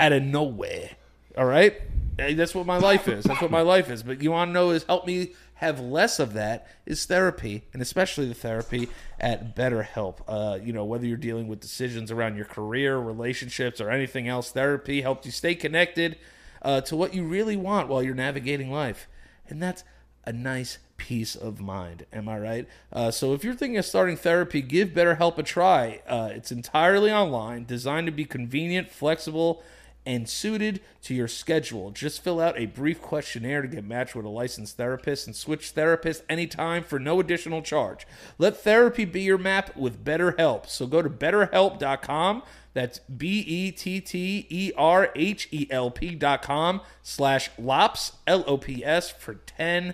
Speaker 4: out of nowhere. All right? Hey, That's what my life is. That's what my life is. But you want to know is help me have less of that is therapy, and especially the therapy at BetterHelp. Uh, you know, whether you're dealing with decisions around your career, relationships, or anything else, therapy helps you stay connected uh, to what you really want while you're navigating life. And that's a nice peace of mind. Am I right? Uh, so if you're thinking of starting therapy, give BetterHelp a try. Uh, it's entirely online, designed to be convenient, flexible, and suited to your schedule. Just fill out a brief questionnaire to get matched with a licensed therapist and switch therapist anytime for no additional charge. Let therapy be your map with BetterHelp. So go to betterhelp.com. That's B E T T E R H E L P dot com slash LOPS, L O P S, for 10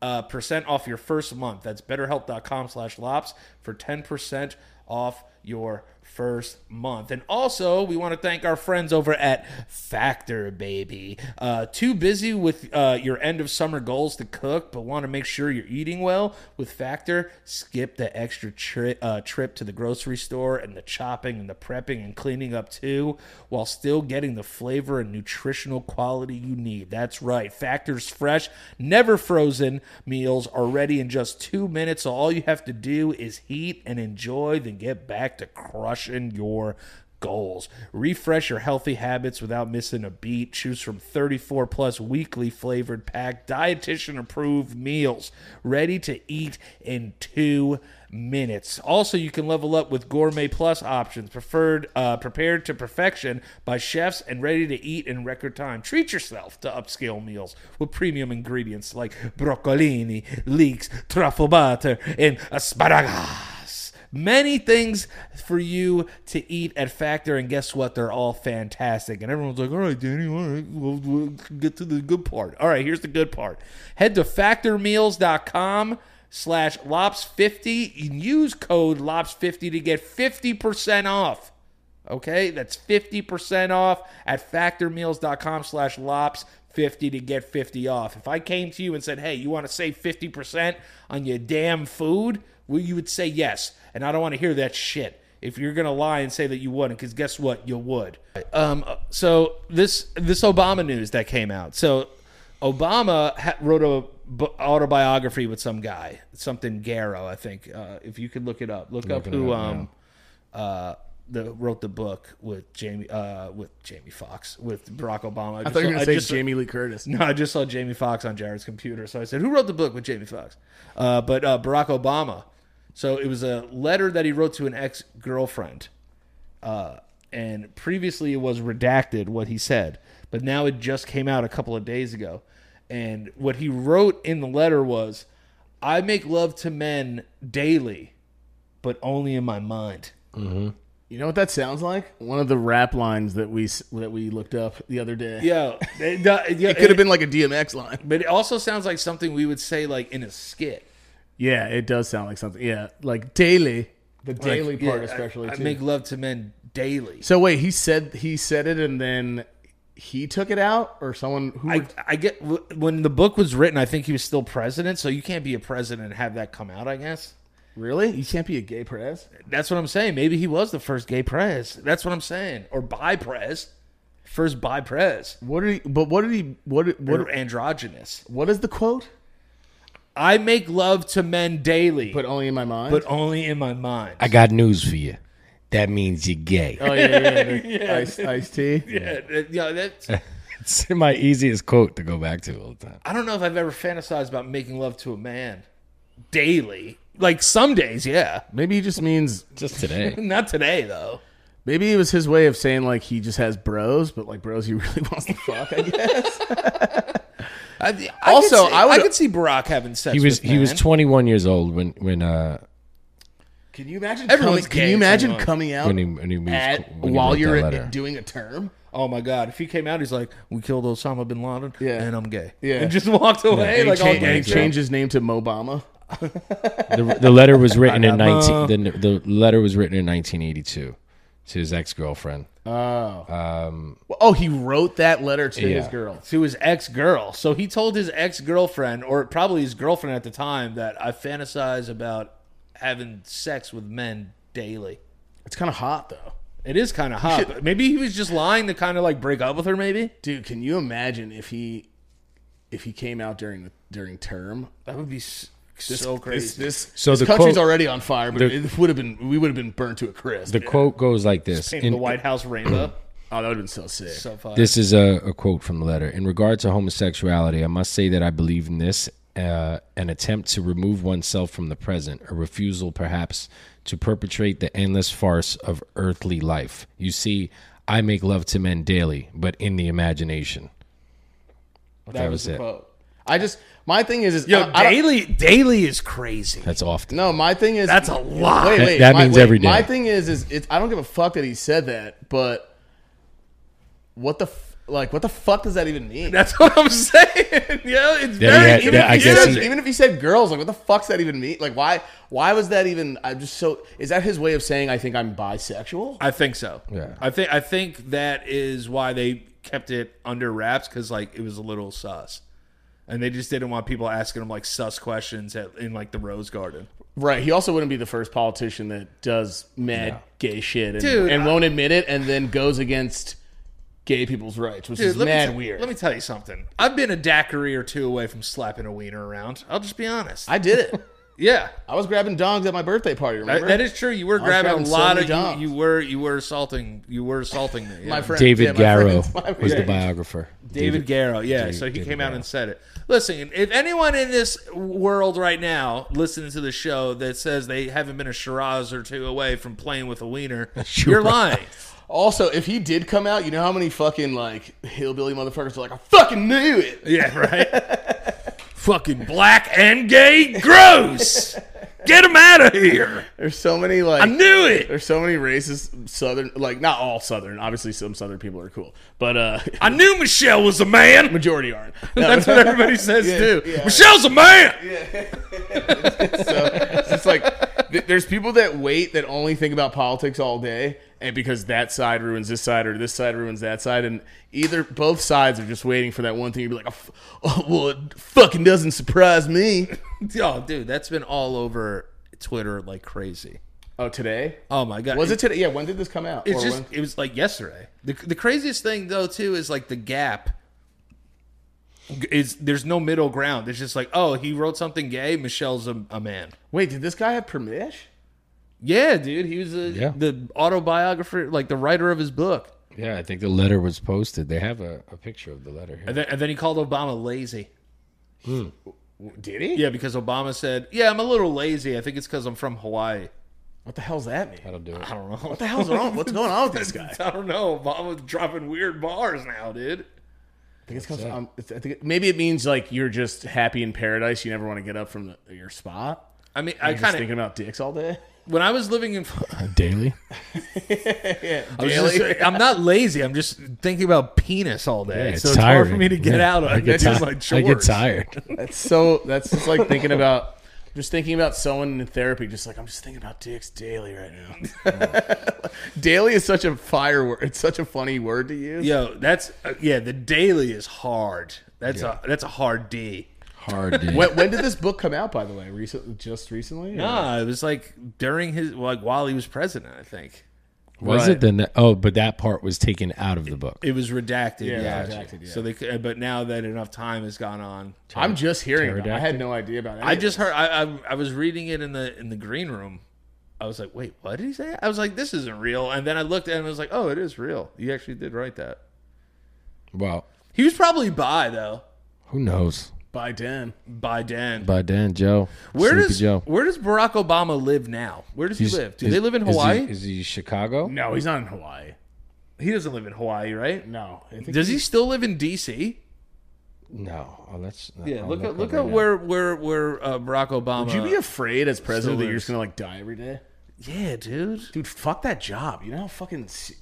Speaker 4: uh, percent off your first month. That's betterhelp.com slash lops for 10% off your first month. And also, we want to thank our friends over at Factor Baby. Uh, too busy with uh, your end of summer goals to cook, but want to make sure you're eating well? With Factor, skip the extra tri- uh, trip to the grocery store and the chopping and the prepping and cleaning up too, while still getting the flavor and nutritional quality you need. That's right. Factor's fresh, never frozen meals are ready in just two minutes. So all you have to do is heat and enjoy, then get back to crushing your goals. Refresh your healthy habits without missing a beat. Choose from 34 plus weekly flavored pack, dietitian approved meals ready to eat in two minutes. Also, you can level up with gourmet plus options, preferred uh, prepared to perfection by chefs and ready to eat in record time. Treat yourself to upscale meals with premium ingredients like broccolini, leeks, truffle butter, and asparagus many things for you to eat at Factor, and guess what? They're all fantastic. And everyone's like, all right, Danny, all right, we'll, we'll get to the good part. All right, here's the good part. Head to factormeals.com slash lops50 and use code lops50 to get 50% off. Okay, that's 50% off at factormeals.com slash lops. 50 to get 50 off. If I came to you and said, "Hey, you want to save 50% on your damn food?" Well, you would say yes, and I don't want to hear that shit. If you're gonna lie and say that you wouldn't, because guess what, you would. Um, so this this Obama news that came out. So Obama ha- wrote a b- autobiography with some guy, something Garrow, I think. Uh, if you could look it up, look up who um, uh, the wrote the book with Jamie uh, with Jamie Fox with Barack Obama.
Speaker 5: I thought you were going to say Jamie Lee Curtis.
Speaker 4: No, I just saw Jamie Foxx on Jared's computer, so I said, "Who wrote the book with Jamie Foxx?" Uh, but uh, Barack Obama. So it was a letter that he wrote to an ex girlfriend, uh, and previously it was redacted what he said, but now it just came out a couple of days ago, and what he wrote in the letter was, "I make love to men daily, but only in my mind."
Speaker 5: You know what that sounds like? One of the rap lines that we s- that we looked up the other day.
Speaker 4: Yeah, it, uh, yeah,
Speaker 5: It could have been like a DMX line.
Speaker 4: but it also sounds like something we would say like in a skit.
Speaker 5: Yeah, it does sound like something. Yeah, like daily, the daily
Speaker 4: Yeah,
Speaker 5: part
Speaker 4: I-
Speaker 5: especially.
Speaker 4: I,
Speaker 5: too.
Speaker 4: make love to men daily.
Speaker 5: so wait, he said he said it, and then he took it out, or someone who
Speaker 4: I, I get when the book was written, I think he was still president, so you can't be a president and have that come out. I guess
Speaker 5: really? You can't be a gay press.
Speaker 4: that's what I'm saying. Maybe he was the first gay prez. That's what I'm saying, or bi prez, first bi prez,
Speaker 5: What did he? But what did he? What? did-
Speaker 4: or
Speaker 5: What?
Speaker 4: androgynous.
Speaker 5: What is the quote?
Speaker 4: I make love to men daily,
Speaker 5: But
Speaker 4: but,
Speaker 5: only in my mind.
Speaker 4: only in my mind.
Speaker 3: I got news for you. That means you're gay.
Speaker 5: oh yeah, yeah, yeah. Ice, iced tea.
Speaker 4: yeah, that- yeah, that's,
Speaker 3: It's my easiest quote to go back to all the time.
Speaker 4: I don't know if I've ever fantasized about making love to a man daily. Like some days, yeah.
Speaker 5: Maybe he just means.
Speaker 3: Just today.
Speaker 4: Not today though.
Speaker 5: Maybe it was his way of saying like he just has bros, but like bros he really wants to fuck. I guess.
Speaker 4: I, I
Speaker 5: Also,
Speaker 4: could see,
Speaker 5: I would-
Speaker 4: could see Barack having sex.
Speaker 3: He was
Speaker 4: with
Speaker 3: he was
Speaker 4: men.
Speaker 3: 21 years old when when uh
Speaker 5: Can you imagine?
Speaker 4: Everyone's
Speaker 5: coming, can
Speaker 4: gay at
Speaker 5: you
Speaker 4: some
Speaker 5: imagine
Speaker 4: point.
Speaker 5: coming out
Speaker 3: when he when he was
Speaker 5: at,
Speaker 3: when he
Speaker 5: while
Speaker 3: wrote
Speaker 5: you're
Speaker 3: that letter.
Speaker 5: doing a term?
Speaker 4: Oh my god! If he came out, he's like, "We killed Osama bin Laden,
Speaker 5: Yeah.
Speaker 4: and I'm gay."
Speaker 5: Yeah.
Speaker 4: and just walked away
Speaker 5: And
Speaker 4: like
Speaker 5: he cha-
Speaker 4: all
Speaker 5: and he
Speaker 4: gangster.
Speaker 5: changed his name to Mobama.
Speaker 3: the, the letter was written in
Speaker 4: got
Speaker 3: 19 the, the letter was written in 1982 to his ex-girlfriend.
Speaker 5: Oh, he wrote that letter to his
Speaker 3: Yeah.
Speaker 5: girl.
Speaker 4: to his ex girl. So he told his ex girlfriend, or probably his girlfriend at the time, that I fantasize about having sex with men daily.
Speaker 5: It's kind of hot though,
Speaker 4: It is kind of hot. but maybe he was just lying to kind of like break up with her. Maybe
Speaker 5: dude. Can you imagine if he if he came out during the during term?
Speaker 4: that would be s- so
Speaker 5: This,
Speaker 4: crazy.
Speaker 5: this,
Speaker 3: So
Speaker 5: this
Speaker 3: the
Speaker 5: country's
Speaker 3: quote-
Speaker 5: already on fire, but
Speaker 3: the-
Speaker 5: it would have been we would have been burnt to a crisp.
Speaker 3: The quote goes like this.
Speaker 4: Painted
Speaker 3: In-
Speaker 4: the White House rainbow.
Speaker 5: oh, that would have been so sick.
Speaker 4: so far.
Speaker 3: This is a, a quote from the letter. In regard to homosexuality, I must say that I believe in this uh, an attempt to remove oneself from the present, a refusal perhaps to perpetrate the endless farce of earthly life. You see, I make love to men daily, but in the imagination. That, was,
Speaker 4: the
Speaker 3: it.
Speaker 4: quote.
Speaker 5: I just my thing is is
Speaker 4: Yo,
Speaker 5: I- I don't-
Speaker 4: daily, daily is crazy.
Speaker 3: That's often.
Speaker 5: No, my thing is
Speaker 4: That's a lot.
Speaker 5: Wait,
Speaker 3: That-
Speaker 5: wait,
Speaker 3: that
Speaker 5: my-
Speaker 3: means
Speaker 5: wait,
Speaker 3: every day.
Speaker 5: My thing is, is it's, I don't give a fuck that he said that, but what the f- like, what the fuck does that even mean?
Speaker 4: That's what I'm saying. yeah, it's
Speaker 3: Yeah,
Speaker 4: very.
Speaker 3: yeah,
Speaker 4: even
Speaker 3: yeah, I
Speaker 4: if you
Speaker 5: even,
Speaker 3: guess
Speaker 5: if,
Speaker 4: said-
Speaker 3: he-
Speaker 5: even if he said girls, like what the fuck's that even mean? Like why why was that even? I'm just so. Is that his way of saying I think I'm bisexual?
Speaker 4: I think so.
Speaker 3: Yeah.
Speaker 4: I think I think that is why they kept it under wraps because like it was a little sus, and they just didn't want people asking him like sus questions at, in like the Rose Garden.
Speaker 5: Right. He also wouldn't be the first politician that does mad gay shit and,
Speaker 4: Dude,
Speaker 5: and
Speaker 4: I-
Speaker 5: won't admit it, and then goes against gay people's rights, which is
Speaker 4: let me
Speaker 5: mad
Speaker 4: t-
Speaker 5: weird.
Speaker 4: Let me tell you something. I've been a daiquiri or two away from slapping a wiener around. I'll just be honest.
Speaker 5: I did it.
Speaker 4: yeah,
Speaker 5: I was grabbing dongs at my birthday party.
Speaker 4: that,
Speaker 5: Remember?
Speaker 4: that is true. You were grabbing,
Speaker 5: grabbing
Speaker 4: a
Speaker 5: so
Speaker 4: lot
Speaker 5: many
Speaker 4: of
Speaker 5: dogs.
Speaker 4: you, you were you were assaulting you were assaulting me. yeah.
Speaker 5: My friend yeah,
Speaker 3: David
Speaker 5: my
Speaker 3: Garrow
Speaker 5: friends, my-
Speaker 3: was the
Speaker 5: yeah.
Speaker 3: biographer.
Speaker 4: David Garrow, yeah. so he
Speaker 3: David
Speaker 4: came out
Speaker 3: Garrow.
Speaker 4: and said it. Listen, if anyone in this world right now listening to the show that says they haven't been a Shiraz or two away from playing with a wiener, you're lying.
Speaker 5: Also, if he did come out, you know how many fucking like hillbilly motherfuckers are like, I fucking knew it.
Speaker 4: Yeah, right. Fucking black and gay, gross. Get him out of here.
Speaker 5: There's so many like
Speaker 4: I knew it.
Speaker 5: there's so many racist southern like not all southern. Obviously, some southern people are cool, but uh
Speaker 4: I knew Michelle was a man.
Speaker 5: majority aren't.
Speaker 4: That's what everybody says
Speaker 5: Yeah,
Speaker 4: too.
Speaker 5: yeah.
Speaker 4: Michelle's a man.
Speaker 5: It's just like th- there's people that wait that only think about politics all day, and because that side ruins this side or this side ruins that side, and either both sides are just waiting for that one thing. You'd be like, "Oh, f- oh, well, it fucking doesn't surprise me.
Speaker 4: Oh, dude, that's been all over Twitter like crazy.
Speaker 5: Oh, today
Speaker 4: Oh my god,
Speaker 5: was it today? Yeah, when did this come out?
Speaker 4: It's
Speaker 5: Or
Speaker 4: just
Speaker 5: when-
Speaker 4: it was like yesterday. The, the craziest thing though too is like the gap is there's no middle ground. It's just like oh he wrote something gay. Michelle's a, a man.
Speaker 5: wait, did this guy have permission?
Speaker 4: Yeah, dude, he was a,
Speaker 3: Yeah.
Speaker 4: the autobiographer, like the writer of his book.
Speaker 3: Yeah, I think the letter was posted. They have a, a picture of the letter here.
Speaker 4: And then, and then he called Obama lazy.
Speaker 5: Did he?
Speaker 4: Yeah, because Obama said, "Yeah, I'm a little lazy. I think it's because I'm from Hawaii."
Speaker 5: What the hell's that mean? What
Speaker 3: That'll do it.
Speaker 4: I don't know what
Speaker 5: the hell's wrong? What's going on with this guy?
Speaker 4: I don't know. Obama's dropping weird bars now, dude.
Speaker 5: I think it's 'cause, um, it's- I think it- maybe it means like you're just happy in paradise. You never want to get up from the, your spot.
Speaker 4: I mean, I
Speaker 5: You're just
Speaker 4: kind
Speaker 5: thinking
Speaker 4: of
Speaker 5: about dicks all day.
Speaker 4: when I was living in
Speaker 3: Daily?
Speaker 4: I was
Speaker 5: Daily?
Speaker 4: just- I'm not lazy. I'm just thinking about penis all day.
Speaker 3: Yeah, it's
Speaker 4: so it's hard for
Speaker 3: tiring.
Speaker 4: me to get
Speaker 3: Yeah,
Speaker 4: out of
Speaker 3: I get,
Speaker 4: do
Speaker 3: ti-
Speaker 4: my
Speaker 3: I
Speaker 4: chores.
Speaker 3: get tired.
Speaker 5: That's so. That's just like thinking about. Just thinking about someone in therapy. Just like I'm just thinking about dicks daily right now. daily is such a fire word. It's such a funny word to use.
Speaker 4: Yo, that's uh, yeah. The daily is hard. That's a that's a hard D.
Speaker 3: Hard, dude.
Speaker 5: When, when did this book come out? By the way, recently, just recently. or-
Speaker 4: Nah, Ah, it was like during his like while he was president. I think
Speaker 3: was
Speaker 4: Right.
Speaker 3: it then? That, oh, but that part was taken out of the book.
Speaker 4: it was redacted. Yeah,
Speaker 5: redacted, yeah.
Speaker 4: So they c- uh, but now that enough time has gone on,
Speaker 5: I'm just hearing. About, it. I had
Speaker 3: Pterodactyl?
Speaker 5: no idea about it.
Speaker 4: I just heard. I, I I was reading it in the in the green room. I was like, wait, what did he say? I was like, this isn't real. And then I looked at it and I was like, oh, it is real. You actually did write that.
Speaker 3: Well,
Speaker 4: He was probably bi though.
Speaker 3: who knows?
Speaker 5: by Dan.
Speaker 4: By Dan.
Speaker 3: By then, Joe.
Speaker 4: where
Speaker 3: Sleepy
Speaker 4: does
Speaker 3: Joe.
Speaker 4: where does Barack Obama live now? Where does he
Speaker 3: He's-
Speaker 4: live? Do
Speaker 3: is-
Speaker 4: they live in
Speaker 3: is he-
Speaker 4: Hawaii?
Speaker 3: Is he, Chicago?
Speaker 5: No, he's not in Hawaii.
Speaker 4: he doesn't live in Hawaii, right?
Speaker 5: No, I think
Speaker 4: Does he still live in D.C.?
Speaker 3: No. Oh, that's
Speaker 4: Yeah,
Speaker 3: I'll
Speaker 4: look at look
Speaker 3: up
Speaker 4: at
Speaker 3: right
Speaker 4: where where where uh, Barack Obama.
Speaker 5: Would you be afraid as president that you're
Speaker 4: is.
Speaker 5: just gonna like die every day?
Speaker 4: yeah, dude.
Speaker 5: Dude, fuck that job. You know how fucking se-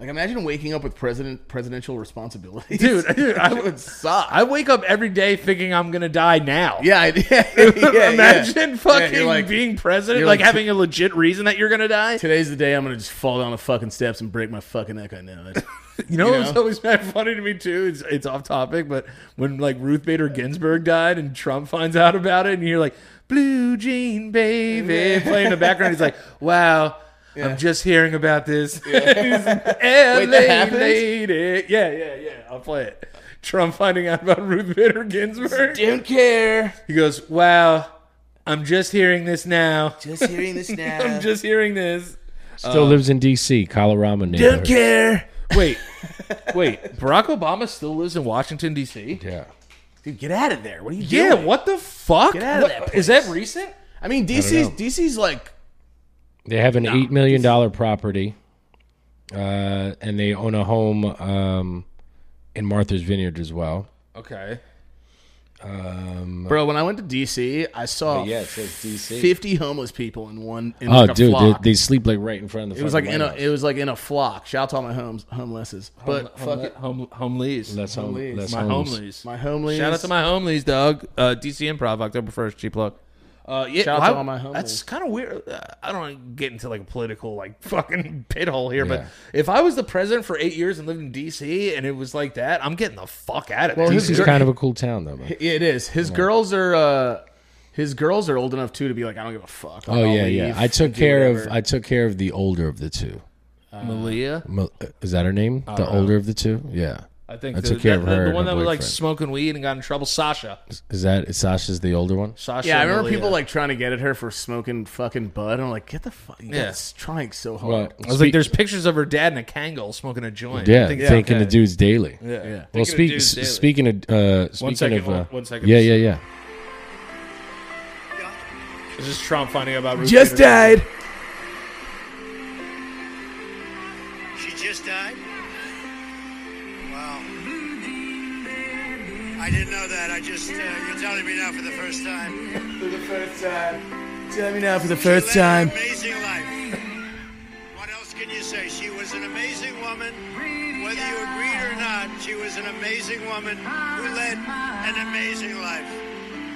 Speaker 5: like imagine waking up with president presidential responsibilities.
Speaker 4: Dude, dude, I
Speaker 5: That
Speaker 4: would-
Speaker 5: would suck.
Speaker 4: I wake up every day thinking I'm gonna die now.
Speaker 5: yeah, I- yeah, yeah, yeah.
Speaker 4: Imagine
Speaker 5: Yeah,
Speaker 4: fucking
Speaker 5: you're like,
Speaker 4: being president,
Speaker 5: you're
Speaker 4: like,
Speaker 5: like-
Speaker 4: having a legit reason that you're gonna die.
Speaker 5: Today's the day I'm gonna just fall down the fucking steps and break my fucking neck. I know it.
Speaker 4: You know,
Speaker 5: You
Speaker 4: what's
Speaker 5: know?
Speaker 4: always been funny to me too. It's, it's off topic, but when like Ruth Bader Ginsburg died and Trump finds out about it, and you're like "Blue Jean Baby" playing in the background, he's like, "Wow, I'm just hearing about this." He's like,
Speaker 5: Wait,
Speaker 4: LA
Speaker 5: that happened?
Speaker 4: lady. Yeah, yeah, yeah. I'll play it. Trump finding out about Ruth Bader Ginsburg,
Speaker 5: Don't care.
Speaker 4: he goes, "Wow, I'm just hearing this now.
Speaker 5: Just hearing this now.
Speaker 4: I'm just hearing this."
Speaker 3: now.
Speaker 4: uh,
Speaker 3: Still lives in D.C., Colorado
Speaker 5: don't
Speaker 3: neighborhood.
Speaker 5: care.
Speaker 4: Wait, wait. Barack Obama still lives in Washington D.C.
Speaker 3: Yeah.
Speaker 5: Dude, get out of there. What are you
Speaker 4: Yeah,
Speaker 5: doing?
Speaker 4: what the fuck? Is
Speaker 5: out of that
Speaker 4: that recent?
Speaker 5: I mean, DC's
Speaker 3: know.
Speaker 5: DC's like
Speaker 3: They have an $8 million dollar property, uh, and they own a home um, in Martha's Vineyard as well.
Speaker 4: Okay.
Speaker 3: Um,
Speaker 5: Bro, when I went to DC, I saw
Speaker 3: Oh, yeah, it says DC.
Speaker 5: 50 homeless people in one in
Speaker 3: oh,
Speaker 5: like a
Speaker 3: dude, they,
Speaker 5: flock.
Speaker 3: they Oh, sleep like right in front of the.
Speaker 5: it was like in a it was like in a flock. Shout out to all my homes homelesses. But fuck it.
Speaker 4: Home, homelies.
Speaker 3: That's home.
Speaker 5: Homeless.
Speaker 3: That's
Speaker 4: my
Speaker 3: homeless.
Speaker 4: homelies.
Speaker 5: My homelies.
Speaker 4: Shout out to my homelies, dog. Uh, DC Improv, October first. Cheap plug. Uh, yeah,
Speaker 5: Shout out to
Speaker 4: why-
Speaker 5: all my homelies.
Speaker 4: That's kind of weird. Uh, I don't want to get into like a political like fucking pit hole here,
Speaker 3: Yeah.
Speaker 4: but if I was the president for eight years and lived in DC and it was like that, I'm getting the fuck out of
Speaker 5: Well,
Speaker 4: there.
Speaker 5: his
Speaker 3: This is
Speaker 5: gir-
Speaker 3: kind of a cool town, though. Man.
Speaker 5: Yeah, it is. His girls are uh his girls are old enough too to be like I don't give a fuck. Like,
Speaker 3: Oh
Speaker 5: I'll
Speaker 3: yeah,
Speaker 5: leave
Speaker 3: yeah. I took
Speaker 5: and do
Speaker 3: care of
Speaker 5: whatever.
Speaker 3: I took care of the older of the two.
Speaker 4: Malia,
Speaker 3: Mo- uh, Is that her name? The older of the two. Yeah.
Speaker 4: I think
Speaker 3: I
Speaker 4: the,
Speaker 3: took care
Speaker 4: that-
Speaker 3: of
Speaker 4: the-
Speaker 3: her.
Speaker 4: the
Speaker 3: and
Speaker 4: one
Speaker 3: her
Speaker 4: that was like
Speaker 3: boyfriend.
Speaker 4: smoking weed and got in trouble. Sasha,
Speaker 3: Is that is Sasha's the older one?
Speaker 4: Sasha.
Speaker 5: Yeah, I
Speaker 4: and
Speaker 3: Oh,
Speaker 5: remember
Speaker 4: Malia.
Speaker 5: people like trying to get at her for smoking fucking bud. I'm like, get the fuck. Yeah, it's trying so hard.
Speaker 3: Well,
Speaker 4: I was like, there's pictures of her dad in a Kangol smoking a joint.
Speaker 3: yeah,
Speaker 4: I think-
Speaker 3: thinking
Speaker 4: okay.
Speaker 3: the dude's daily.
Speaker 4: Yeah.
Speaker 3: Well,
Speaker 4: Thinking of
Speaker 3: speak,
Speaker 4: dudes
Speaker 3: s-
Speaker 4: daily.
Speaker 3: speaking of uh, speaking
Speaker 4: second,
Speaker 3: of uh,
Speaker 4: one- one second.
Speaker 3: Yeah, yeah, yeah.
Speaker 4: This is Trump finding out about Ruth
Speaker 5: just
Speaker 4: Bader
Speaker 5: died.
Speaker 8: She just died? Wow. I didn't know that. I just, uh, you're telling me now for the first time.
Speaker 5: For the first time. Tell me now for the
Speaker 8: She
Speaker 5: first
Speaker 8: led
Speaker 5: time.
Speaker 8: An amazing life. What else can you say? She was an amazing woman. Whether you agreed or not, she was an amazing woman who led an amazing life.
Speaker 4: Bader.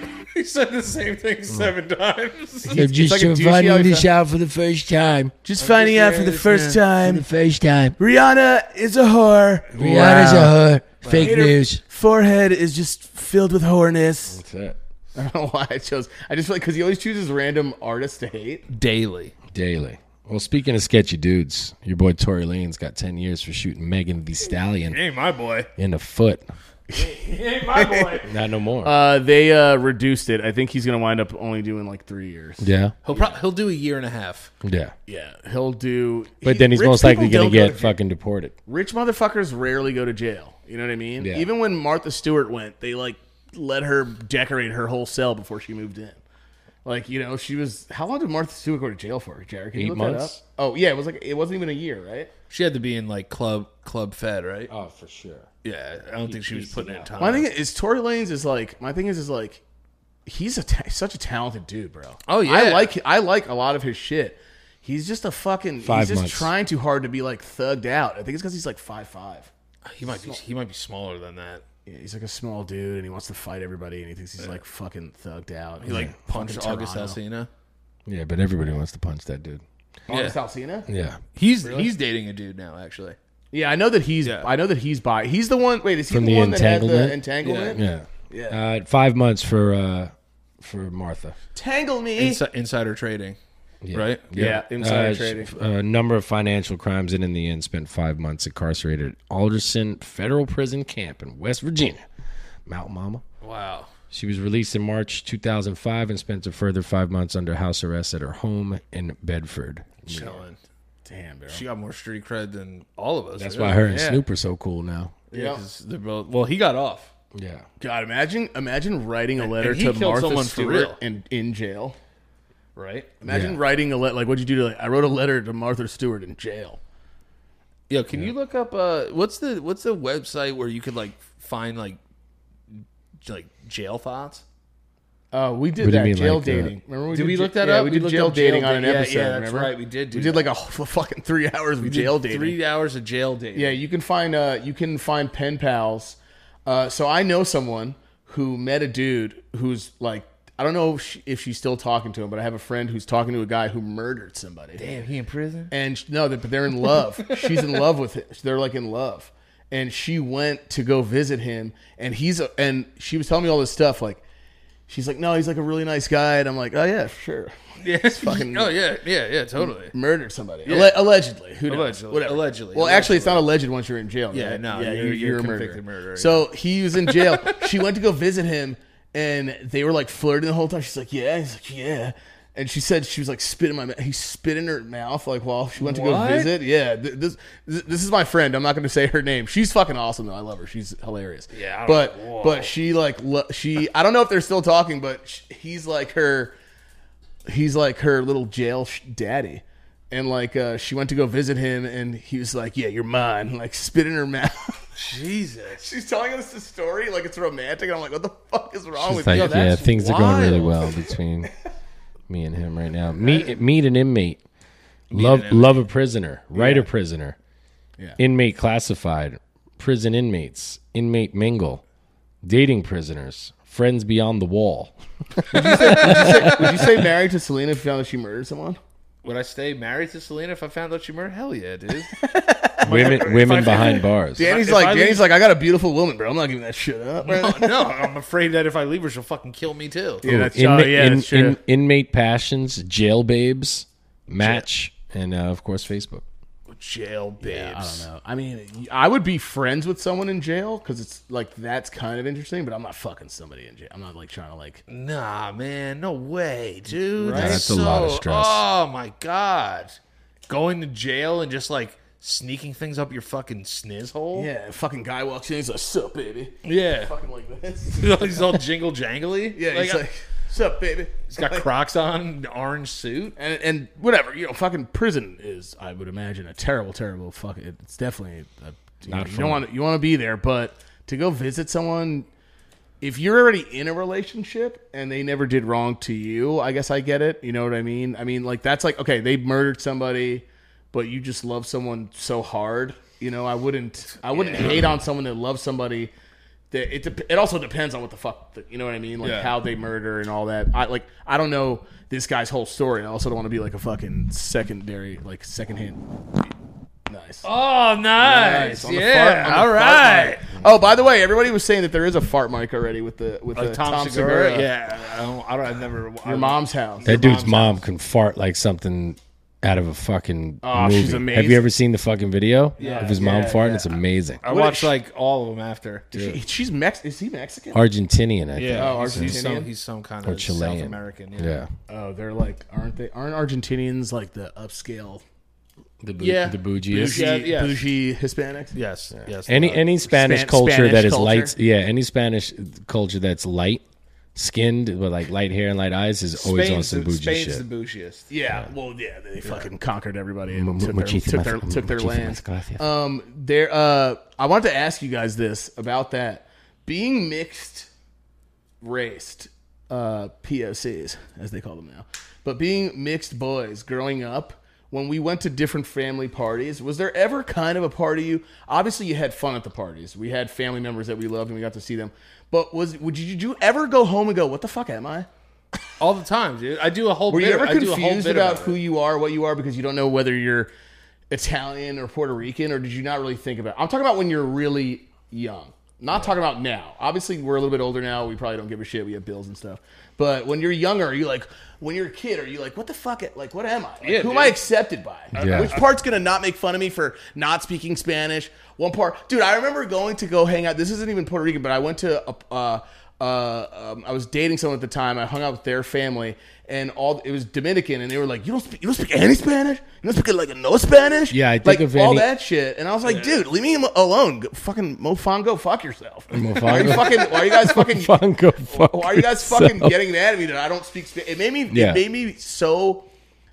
Speaker 4: He said the same
Speaker 3: Hmm.
Speaker 4: thing seven times.
Speaker 3: I'm just
Speaker 5: like a douchey finding this
Speaker 3: out for the first time.
Speaker 5: Just finding out for the first time.
Speaker 3: first time.
Speaker 5: Rihanna is a whore.
Speaker 3: Rihanna's a her. Fake
Speaker 5: Her Forehead is just filled with whoreness. I don't know why I chose. I just feel like because he always chooses random artists to hate.
Speaker 4: Daily.
Speaker 3: Daily. Well, speaking of sketchy dudes, your boy Tory Lane's got 10 years for shooting Megan the Stallion
Speaker 4: Hey, my boy.
Speaker 3: in the foot.
Speaker 4: Hey, my boy.
Speaker 3: Not no more.
Speaker 5: Uh, they uh, reduced it. I think he's gonna wind up only doing like three years.
Speaker 3: yeah.
Speaker 4: he'll pro- he'll do a year and a half.
Speaker 3: Yeah.
Speaker 5: Yeah, he'll do.
Speaker 3: But
Speaker 5: he-
Speaker 3: then he's
Speaker 5: rich
Speaker 3: most likely
Speaker 5: people
Speaker 3: going
Speaker 5: don't
Speaker 3: to
Speaker 5: go
Speaker 3: get
Speaker 5: to jail.
Speaker 3: fucking deported.
Speaker 5: rich motherfuckers rarely go to jail. You know what I mean?
Speaker 3: Yeah.
Speaker 5: Even when Martha Stewart went, they like let her decorate her whole cell before she moved in. Like you know, she was how long did Martha Stewart go to jail for? Jared, can you
Speaker 3: Eight
Speaker 5: look
Speaker 3: months?
Speaker 5: that up? Oh yeah, it was like it wasn't even a year, right?
Speaker 4: She had to be in like club club fed, right?
Speaker 3: Oh, for sure.
Speaker 4: yeah, I don't think she was putting in time.
Speaker 3: Uh-huh.
Speaker 5: My thing is Tory Lanez is like my thing is is like he's a ta- such a talented dude, bro.
Speaker 4: Oh, yeah.
Speaker 5: I like I like a lot of his shit. He's just a fucking.
Speaker 3: Five
Speaker 5: he's just
Speaker 3: months.
Speaker 5: trying too hard to be like thugged out. I think it's because he's like five five.
Speaker 4: he might be he might be smaller than that.
Speaker 5: Yeah, he's like a small dude and he wants to fight everybody and he thinks he's like fucking thugged out. He
Speaker 4: Like punched August Alsina.
Speaker 3: Yeah, but everybody wants to punch that dude.
Speaker 5: August Alsina?
Speaker 3: Yeah.
Speaker 4: He's he's dating a dude now, actually.
Speaker 5: Yeah, I know that he's
Speaker 4: Yeah.
Speaker 5: I know that he's by he's the one wait, is he
Speaker 3: From
Speaker 5: the,
Speaker 3: the
Speaker 5: one that had the
Speaker 3: entanglement?
Speaker 5: entanglement?
Speaker 3: Yeah. Uh, five months for uh, for Martha.
Speaker 5: Tangle me.
Speaker 4: Insi- insider trading, right?
Speaker 5: yeah, insider
Speaker 3: Uh,
Speaker 5: trading.
Speaker 3: s- A number of financial crimes, and in the end, spent five months incarcerated at Alderson Federal Prison Camp in West Virginia. Mount Mama.
Speaker 4: Wow.
Speaker 3: She was released in March 2005 and spent a further five months under house arrest at her home in Bedford.
Speaker 4: Chilling.
Speaker 5: Damn, bro.
Speaker 4: She got more street cred than all of us.
Speaker 3: That's
Speaker 4: really.
Speaker 3: why her and
Speaker 4: Yeah.
Speaker 3: Snoop are so cool now.
Speaker 4: Yeah, 'cause they're both. Well, he got off.
Speaker 3: Yeah.
Speaker 5: God, imagine imagine writing a letter
Speaker 4: and he
Speaker 5: to
Speaker 4: killed
Speaker 5: Martha
Speaker 4: someone for
Speaker 5: Stewart
Speaker 4: real.
Speaker 5: and in jail.
Speaker 4: Right.
Speaker 5: Imagine
Speaker 3: Yeah.
Speaker 5: writing a letter like what'd you do to I wrote a letter to Martha Stewart in jail.
Speaker 4: Yo, can you look up uh what's the what's the website where you could like find like j- like jail thoughts?
Speaker 5: Uh, we did
Speaker 3: What do you
Speaker 5: that
Speaker 3: mean,
Speaker 5: jail
Speaker 3: like, uh,
Speaker 5: dating. Remember we
Speaker 4: Did we
Speaker 5: ja-
Speaker 4: look that
Speaker 5: yeah,
Speaker 4: up?
Speaker 5: We
Speaker 4: We
Speaker 5: did
Speaker 4: looked
Speaker 5: jail
Speaker 4: up jail
Speaker 5: dating on an
Speaker 4: dating. Yeah,
Speaker 5: episode.
Speaker 4: yeah, that's
Speaker 5: remember?
Speaker 4: right, we did do
Speaker 5: We did
Speaker 4: that.
Speaker 5: like a whole fucking three hours of jail dating.
Speaker 4: Three hours of jail dating.
Speaker 5: Yeah, you can find uh you can find pen pals. Uh, so I know someone who met a dude who's like I don't know if, she, if she's still talking to him, but I have a friend who's talking to a guy who murdered somebody.
Speaker 4: Damn, he in prison?
Speaker 5: And sh- no, they- but they're in love. She's in love with him. They're like in love. And she went to go visit him, and he's a, and she was telling me all this stuff. Like, she's like, no, he's like a really nice guy, and I'm like, oh yeah, sure.
Speaker 4: Yeah, fucking. Oh yeah, yeah, yeah, totally.
Speaker 5: Murdered somebody Alle- allegedly. Who knows?
Speaker 4: Allegedly.
Speaker 5: Whatever.
Speaker 4: Allegedly.
Speaker 5: Well, actually, it's not alleged once you're in jail.
Speaker 4: Yeah,
Speaker 5: right?
Speaker 4: no, you're- you're convicted murderer,
Speaker 5: So he was in jail. she went to go visit him, and they were like flirting the whole time. She's like, "Yeah," he's like, "Yeah," and she said she was like spit in my mouth. He spit in her mouth like while she went to
Speaker 4: What?
Speaker 5: go visit. Yeah, th- this th- this is my friend. I'm not going to say her name. She's fucking awesome though. I love her. She's hilarious.
Speaker 4: Yeah, I don't-
Speaker 5: but
Speaker 4: whoa.
Speaker 5: but she like lo- she. I don't know if they're still talking, but sh he's like her he's like her little jail sh- daddy. And like uh, she went to go visit him, and he was like, "Yeah, you're mine." Like spit in her mouth.
Speaker 4: Jesus.
Speaker 5: She's telling us the story like it's romantic. And I'm like, what the fuck is wrong
Speaker 3: It's
Speaker 5: with
Speaker 3: like,
Speaker 5: you?
Speaker 3: yeah,
Speaker 4: that's
Speaker 3: things are going really well
Speaker 4: wild.
Speaker 3: between me and him right now. Meet meet an inmate. love
Speaker 4: inmate.
Speaker 3: love a prisoner. Write a prisoner.
Speaker 5: Yeah.
Speaker 3: Inmate classified. Prison inmates. Inmate mingle. Dating prisoners. Friends beyond the wall.
Speaker 5: Would you say married to Selena if you found out she murdered someone?
Speaker 4: Would I stay married to Selena if I found out she murdered? Hell yeah, dude.
Speaker 3: women women behind bars.
Speaker 5: Danny's
Speaker 4: if
Speaker 5: like,
Speaker 4: I
Speaker 5: Danny's
Speaker 4: leave-
Speaker 5: like, I got a beautiful woman, bro. I'm not giving that shit up.
Speaker 4: no, Oh, no, I'm afraid that if I leave her, she'll fucking kill me too.
Speaker 3: Ooh,
Speaker 6: Yeah, that's,
Speaker 3: inma-
Speaker 6: oh, yeah,
Speaker 3: in-
Speaker 6: that's true.
Speaker 3: in- inmate passions, jail babes, match, and uh, of course Facebook.
Speaker 4: Jail babes.
Speaker 5: I don't know. I mean, I would be friends with someone in jail because it's like that's kind of interesting. But I'm not fucking somebody in jail. I'm not like trying to like.
Speaker 4: Nah, man, no way, dude.
Speaker 3: Right? That's a lot of stress.
Speaker 4: Oh my god, going to jail and just like sneaking things up your fucking sniz hole.
Speaker 5: Yeah, a fucking guy walks in. He's like, "Sup, baby?"
Speaker 4: yeah.
Speaker 5: Fucking like this.
Speaker 4: he's all jingle jangly.
Speaker 5: Yeah, he's
Speaker 4: I-
Speaker 5: like, "Sup, baby?"
Speaker 4: he's got Crocs on, orange suit.
Speaker 5: and and whatever you know, fucking prison is. I would imagine a terrible, terrible fucking. It's definitely a, you, know, you don't want you want to be there, but to go visit someone. If you're already in a relationship and they never did wrong to you, I guess I get it. You know what I mean? I mean, like that's like okay, they murdered somebody, but you just love someone so hard. You know, I wouldn't, I wouldn't hate on someone that loves somebody. That it dep- it also depends on what the fuck the, you know what I mean, like
Speaker 4: Yeah.
Speaker 5: how they murder and all that. I like I don't know this guy's whole story. and I also don't want to be like a fucking secondary, like secondhand. Nice.
Speaker 4: Oh, nice.
Speaker 5: On the
Speaker 4: Yeah.
Speaker 5: fart- on the
Speaker 4: all
Speaker 5: fart
Speaker 4: right.
Speaker 5: mic. Oh, by the way, everybody was saying that there is a fart mic already with the with the Uh, Tom, Segura.
Speaker 4: Yeah. I don't. I don't I've never.
Speaker 5: Your mom's house.
Speaker 3: That dude's mom can fart like something out of a fucking
Speaker 5: Oh,
Speaker 3: movie.
Speaker 5: she's amazing.
Speaker 3: Have you ever seen the fucking video of his mom
Speaker 4: yeah,
Speaker 3: farting?
Speaker 4: yeah.
Speaker 3: It's amazing.
Speaker 4: I watched like all of them after.
Speaker 5: She- she's Mex. Is he Mexican?
Speaker 3: Argentinian, I
Speaker 4: Yeah.
Speaker 5: Oh,
Speaker 4: he's, he's
Speaker 5: Argentinian?
Speaker 4: some. He's some kind
Speaker 3: think, or
Speaker 4: of
Speaker 3: Chilean.
Speaker 4: South American.
Speaker 3: yeah.
Speaker 5: Oh, they're like, aren't they? Aren't Argentinians like the upscale,
Speaker 3: The, bu-
Speaker 4: Yeah.
Speaker 3: the bougiest.
Speaker 5: bougie,
Speaker 4: Yeah, yeah.
Speaker 5: bougie Hispanics?
Speaker 4: Yes. Yes.
Speaker 3: Any
Speaker 4: uh,
Speaker 3: any Spanish
Speaker 5: Span-
Speaker 3: culture
Speaker 5: Spanish
Speaker 3: that is
Speaker 5: culture.
Speaker 3: light, yeah, any Spanish culture that's light skinned with like light hair and light eyes is always on
Speaker 4: Spain's,
Speaker 3: some
Speaker 4: the,
Speaker 3: bougie
Speaker 4: Spain's
Speaker 3: shit.
Speaker 4: the bougiest.
Speaker 5: Yeah, well, yeah, they fucking conquered everybody and
Speaker 3: Mu-
Speaker 5: took their,
Speaker 3: muchísimas-
Speaker 5: took their, took their
Speaker 3: muchísimas
Speaker 5: lands.
Speaker 3: gracias.
Speaker 5: Um, there, uh, I wanted to ask you guys this about that being mixed raced, uh, POCs as they call them now, but being mixed boys growing up. When we went to different family parties, was there ever kind of a party you? Obviously, you had fun at the parties. We had family members that we loved, and we got to see them. But was would you, did you ever go home and go, "What the fuck am I"?
Speaker 4: All the time, dude. I do a whole.
Speaker 5: Were you
Speaker 4: bit,
Speaker 5: ever
Speaker 4: I do a whole
Speaker 5: confused
Speaker 4: bit
Speaker 5: about,
Speaker 4: it.
Speaker 5: who you are, what you are, because you don't know whether you're Italian or Puerto Rican, or did you not really think about? I'm talking about when you're really young. Not talking about now. Obviously, we're a little bit older now. We probably don't give a shit. We have bills and stuff. But when you're younger, are you like when you're a kid? Are you like what the fuck? Like what am I? Like, who am I accepted by?
Speaker 3: Yeah.
Speaker 5: Which part's gonna not make fun of me for not speaking Spanish? One part, dude. I remember going to go hang out. This isn't even Puerto Rican, but I went to a. Uh, uh, um, I was dating someone at the time. I hung out with their family, and all it was Dominican, and they were like, "You don't speak, you don't speak any Spanish. You don't speak like no Spanish."
Speaker 3: Yeah, I think
Speaker 5: like
Speaker 3: of
Speaker 5: all
Speaker 3: any-
Speaker 5: that shit, and I was like, "Dude, leave me alone. Go, fucking mofongo, fuck yourself." Why are you
Speaker 3: Mofongo.
Speaker 5: fucking? Why are you guys fucking?
Speaker 3: Funko fuck
Speaker 5: Why are you guys fucking
Speaker 3: yourself.
Speaker 5: getting mad at me that I don't speak? Spa- It made me.
Speaker 3: Yeah.
Speaker 5: It made me so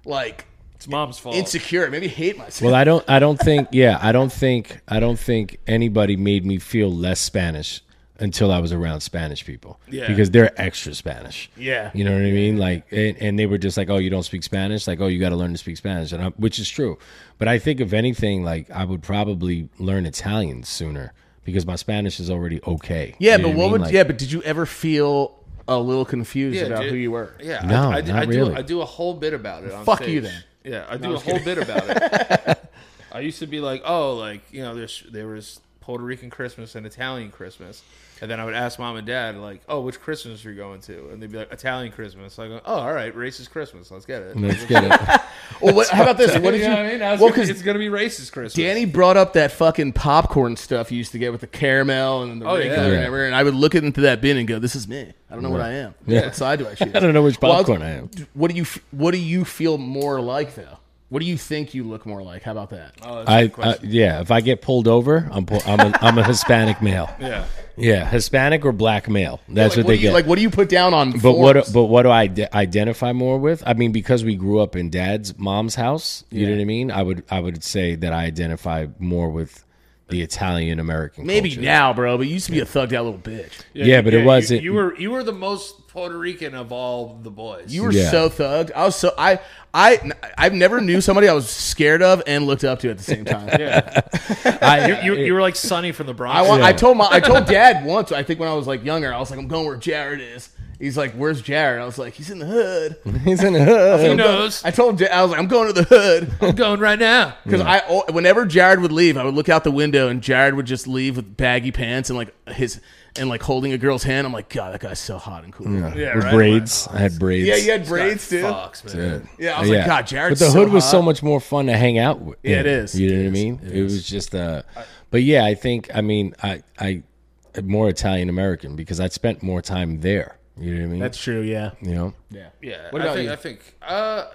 Speaker 5: like
Speaker 4: It's mom's fault.
Speaker 5: insecure. It made me hate myself.
Speaker 3: Well, I don't. I don't think. Yeah, I don't think. I don't think anybody made me feel less Spanish until I was around Spanish people.
Speaker 4: Yeah.
Speaker 3: Because they're extra Spanish.
Speaker 5: Yeah.
Speaker 3: You know what I mean? Like, and, and they were just like, "Oh, you don't speak Spanish? Like, oh, you got to learn to speak Spanish," and I, which is true. But I think if anything, like, I would probably learn Italian sooner because my Spanish is already okay.
Speaker 5: Yeah,
Speaker 3: You know
Speaker 5: but what
Speaker 3: I mean?
Speaker 5: would?
Speaker 3: Like,
Speaker 5: yeah, but did you ever feel a little confused
Speaker 4: Yeah,
Speaker 5: about
Speaker 4: dude.
Speaker 5: who you were?
Speaker 4: Yeah,
Speaker 3: No,
Speaker 4: I, I, do-
Speaker 3: not
Speaker 4: I
Speaker 3: really.
Speaker 4: Do, I do a whole bit about it. On
Speaker 5: Fuck
Speaker 4: stage.
Speaker 5: you then.
Speaker 4: Yeah, I do a whole bit about it. I used to be like, oh, like you know, there's there was Puerto Rican Christmas and Italian Christmas, and then I would ask mom and dad like, oh, which Christmas are you going to? And they'd be like, Italian Christmas. I go, oh, all right, racist Christmas. Let's get it.
Speaker 3: Let's get it.
Speaker 5: Well, what, how about this? What did
Speaker 4: you
Speaker 5: you?
Speaker 4: know what I mean? I was
Speaker 5: well,
Speaker 4: gonna-
Speaker 5: because
Speaker 4: it's gonna be racist Christmas.
Speaker 5: Danny brought up that fucking popcorn stuff you used to get with the caramel and the
Speaker 4: Oh, yeah.
Speaker 5: regular and
Speaker 3: Yeah.
Speaker 5: everything, and I would look into that bin and go, "This is me. I don't know what I am.
Speaker 3: Yeah.
Speaker 5: What side do I choose?
Speaker 3: I don't know which
Speaker 5: Well,
Speaker 3: popcorn I am.
Speaker 5: What do you? f- What do you feel more like though? What do you think you look more like? How about that?
Speaker 4: Oh, that's a
Speaker 3: I,
Speaker 4: good
Speaker 3: I
Speaker 4: question.
Speaker 3: yeah. If I get pulled over, I'm pull, I'm, a, I'm a Hispanic male.
Speaker 4: yeah.
Speaker 3: Yeah, Hispanic or black male. That's
Speaker 5: like,
Speaker 3: what they
Speaker 5: do you,
Speaker 3: get.
Speaker 5: Like, what do you put down on?
Speaker 3: but what
Speaker 5: forms?
Speaker 3: but what do I ide- identify more with? I mean, because we grew up in dad's mom's house, you know what I mean? I would I would say that I identify more with the Italian American.
Speaker 5: Maybe
Speaker 3: culture.
Speaker 5: now, bro, but you used to be a thugged out little bitch.
Speaker 3: Yeah, but it wasn't.
Speaker 4: You, you were you were the most Puerto Rican of all the boys.
Speaker 5: You were
Speaker 3: Yeah.
Speaker 5: so thugged. I was so I I I've never knew somebody I was scared of and looked up to at the same time.
Speaker 3: I,
Speaker 6: You, you were like Sonny from the Bronx.
Speaker 5: I want, I
Speaker 3: Yeah.
Speaker 5: told my I told dad once. I think when I was like younger, I was like, I'm going where Jared is. He's like, Where's Jared? I was like, He's in the hood.
Speaker 3: he's in the hood.
Speaker 6: Who knows?
Speaker 5: I told Jared, I was like, I'm going to the hood
Speaker 6: I'm going right now.
Speaker 5: because I al- whenever Jared would leave, I would look out the window and Jared would just leave with baggy pants and like his and like holding a girl's hand. I'm like, God, that guy's so hot and cool. Yeah, yeah,
Speaker 3: With braids. I had braids.
Speaker 5: you had braids too.
Speaker 4: Fox, man.
Speaker 5: Yeah, I was like, God, Jared's
Speaker 3: But the
Speaker 5: so
Speaker 3: hood was so
Speaker 5: hot.
Speaker 3: much more fun to hang out with.
Speaker 5: Yeah, it
Speaker 3: in.
Speaker 5: is.
Speaker 3: You know what I mean? It, was just uh But yeah, I think I mean I I I'm more Italian American because I spent more time there. You know what I mean?
Speaker 5: That's true. Yeah,
Speaker 3: you know.
Speaker 4: Yeah.
Speaker 5: about
Speaker 4: I think
Speaker 5: you?
Speaker 4: I think uh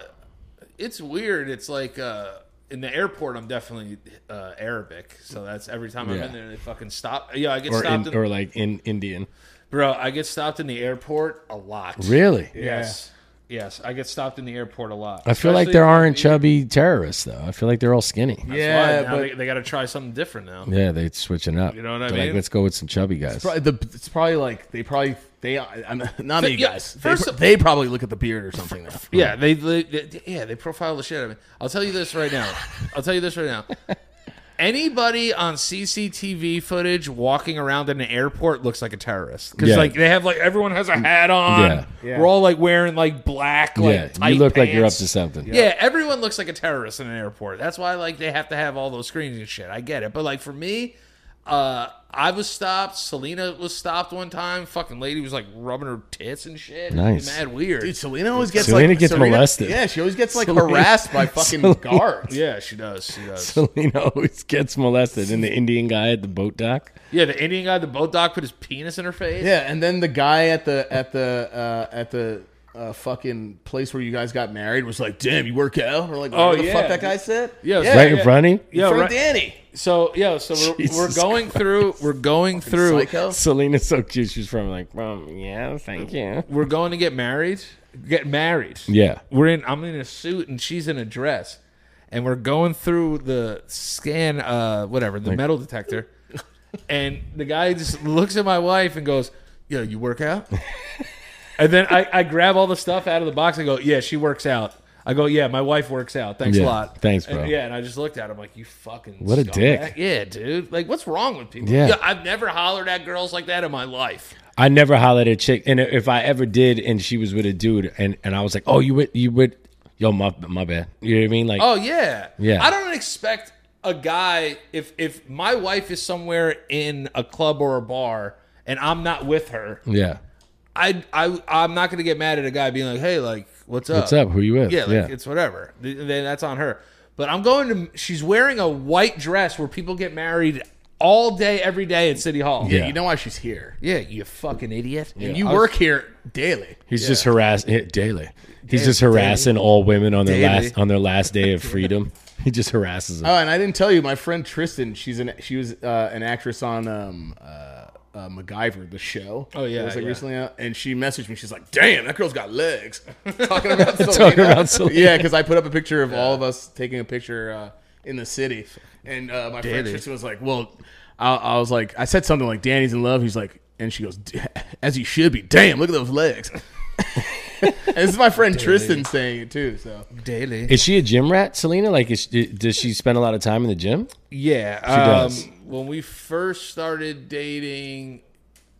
Speaker 4: it's weird. It's like uh in the airport I'm definitely uh Arabic. So that's every time I'm
Speaker 3: Yeah.
Speaker 4: in there they fucking stop. Yeah, I get
Speaker 3: Or
Speaker 4: stopped
Speaker 3: in,
Speaker 4: in,
Speaker 3: or like in Indian.
Speaker 4: Bro, I get stopped in the airport a lot.
Speaker 3: Really?
Speaker 4: Yes. Yes, I get stopped in the airport a lot.
Speaker 3: I feel like there aren't chubby terrorists though. I feel like they're all skinny. Yeah,
Speaker 5: yeah,
Speaker 4: but they, got to try something different now.
Speaker 3: they're switching up. You
Speaker 4: know what I
Speaker 3: Like,
Speaker 4: mean?
Speaker 3: let's go with some chubby guys.
Speaker 5: Probably the, it's probably like they probably they I'm, not me
Speaker 4: yeah,
Speaker 5: guys.
Speaker 4: first
Speaker 5: they,
Speaker 4: of-
Speaker 5: they probably look at the beard or something. Now.
Speaker 3: Hmm.
Speaker 4: Yeah, they, they, they- yeah they profile the shit out of me. I'll tell you this right now. I'll tell you this right now. Anybody on CCTV footage walking around in an airport looks like a terrorist because
Speaker 3: Yeah.
Speaker 4: like they have like everyone has a hat on.
Speaker 3: Yeah.
Speaker 4: We're all like wearing like black. Like,
Speaker 3: yeah,
Speaker 4: tight
Speaker 3: you look like you're up
Speaker 4: pants.
Speaker 3: to something.
Speaker 4: Yeah. everyone looks like a terrorist in an airport. That's why like they have to have all those screens and shit. I get it. But like for me, uh I was stopped. Selena was stopped one time. Fucking lady was like rubbing her tits and shit.
Speaker 3: Nice.
Speaker 4: Nice. Mad weird.
Speaker 5: Dude, Selena always gets
Speaker 3: Selena
Speaker 5: like
Speaker 3: gets molested.
Speaker 5: Yeah, she always gets like
Speaker 3: Selena-
Speaker 5: harassed by fucking
Speaker 3: Selena-
Speaker 5: guards.
Speaker 4: yeah, she does. She does.
Speaker 3: Selena always gets molested, and the Indian guy at the boat dock.
Speaker 4: yeah, the Indian guy, the boat doc, put his penis in her face.
Speaker 5: Yeah, and then the guy at the at the uh, at the uh, fucking place where you guys got married was like, "Damn, you work out?" Or like, "What
Speaker 4: Oh,
Speaker 5: the
Speaker 4: yeah.
Speaker 5: fuck that guy said?"
Speaker 4: Yeah,
Speaker 5: yeah,
Speaker 3: right in front of you?
Speaker 4: Yeah,
Speaker 5: from
Speaker 4: right.
Speaker 5: Danny.
Speaker 4: So yeah, so we're, we're
Speaker 3: Jesus
Speaker 4: going through. We're going through.
Speaker 5: Psycho.
Speaker 3: Selena's so cute. She's from like, um, yeah, thank you.
Speaker 4: We're going to get married. Get married.
Speaker 3: Yeah.
Speaker 4: we're in i'm in a suit and she's in a dress and we're going through the scan uh whatever the metal detector and the guy just looks at my wife and goes yo you work out and then I, I grab all the stuff out of the box and go yeah she works out i go yeah my wife works out thanks
Speaker 3: Yeah,
Speaker 4: a lot
Speaker 3: thanks,
Speaker 4: And-
Speaker 3: bro.
Speaker 4: yeah and i just looked at him like you fucking
Speaker 3: What a
Speaker 4: scumbag."
Speaker 3: dick.
Speaker 4: yeah dude like what's wrong with people
Speaker 3: Yeah.
Speaker 4: i've never hollered at girls like that in my life
Speaker 3: I never hollered at a chick, and if I ever did, and she was with a dude, and, and I was like, oh, you would, you would, yo, my my bad. You know what I mean? Like,
Speaker 4: Oh yeah.
Speaker 3: Yeah.
Speaker 4: I don't expect a guy if if my wife is somewhere in a club or a bar and I'm not with her,
Speaker 3: yeah,
Speaker 4: I I I'm not gonna get mad at a guy being like, hey, like what's up?
Speaker 3: what's up? Who you with?
Speaker 4: Yeah, like it's whatever. Th- Then that's on her. But I'm going to. She's wearing a white dress where people get married all day, every day at City Hall.
Speaker 3: Yeah.
Speaker 5: You know why she's here?
Speaker 4: Yeah, you fucking idiot.
Speaker 5: And you work here daily.
Speaker 3: he's just harassing daily. He's just harassing all women on their
Speaker 4: Daily.
Speaker 3: last on their last day of freedom. he just harasses them.
Speaker 5: Oh, and I didn't tell you, my friend Tristan. She's an she was uh, an actress on um, uh, uh, MacGyver, the show. Oh
Speaker 4: yeah,
Speaker 5: it was like
Speaker 4: yeah.
Speaker 5: recently out, and she messaged me. She's like, "Damn, that girl's got legs." Talking about Selena.
Speaker 3: Talking about Selena.
Speaker 5: yeah, because I put up a picture of all of us taking a picture uh, in the city, and uh, my friend Tristan was like, "Well," I, I was like, I said something like, "Danny's in love." He's like, and she goes, "D- "As he should be." Damn, look at those legs. and this is my friend Tristan saying it too. So
Speaker 4: Daily.
Speaker 3: Is she a gym rat, Selena? Like, is, does she spend a lot of time in the gym?
Speaker 4: Yeah.
Speaker 3: does.
Speaker 4: Um, when we first started dating,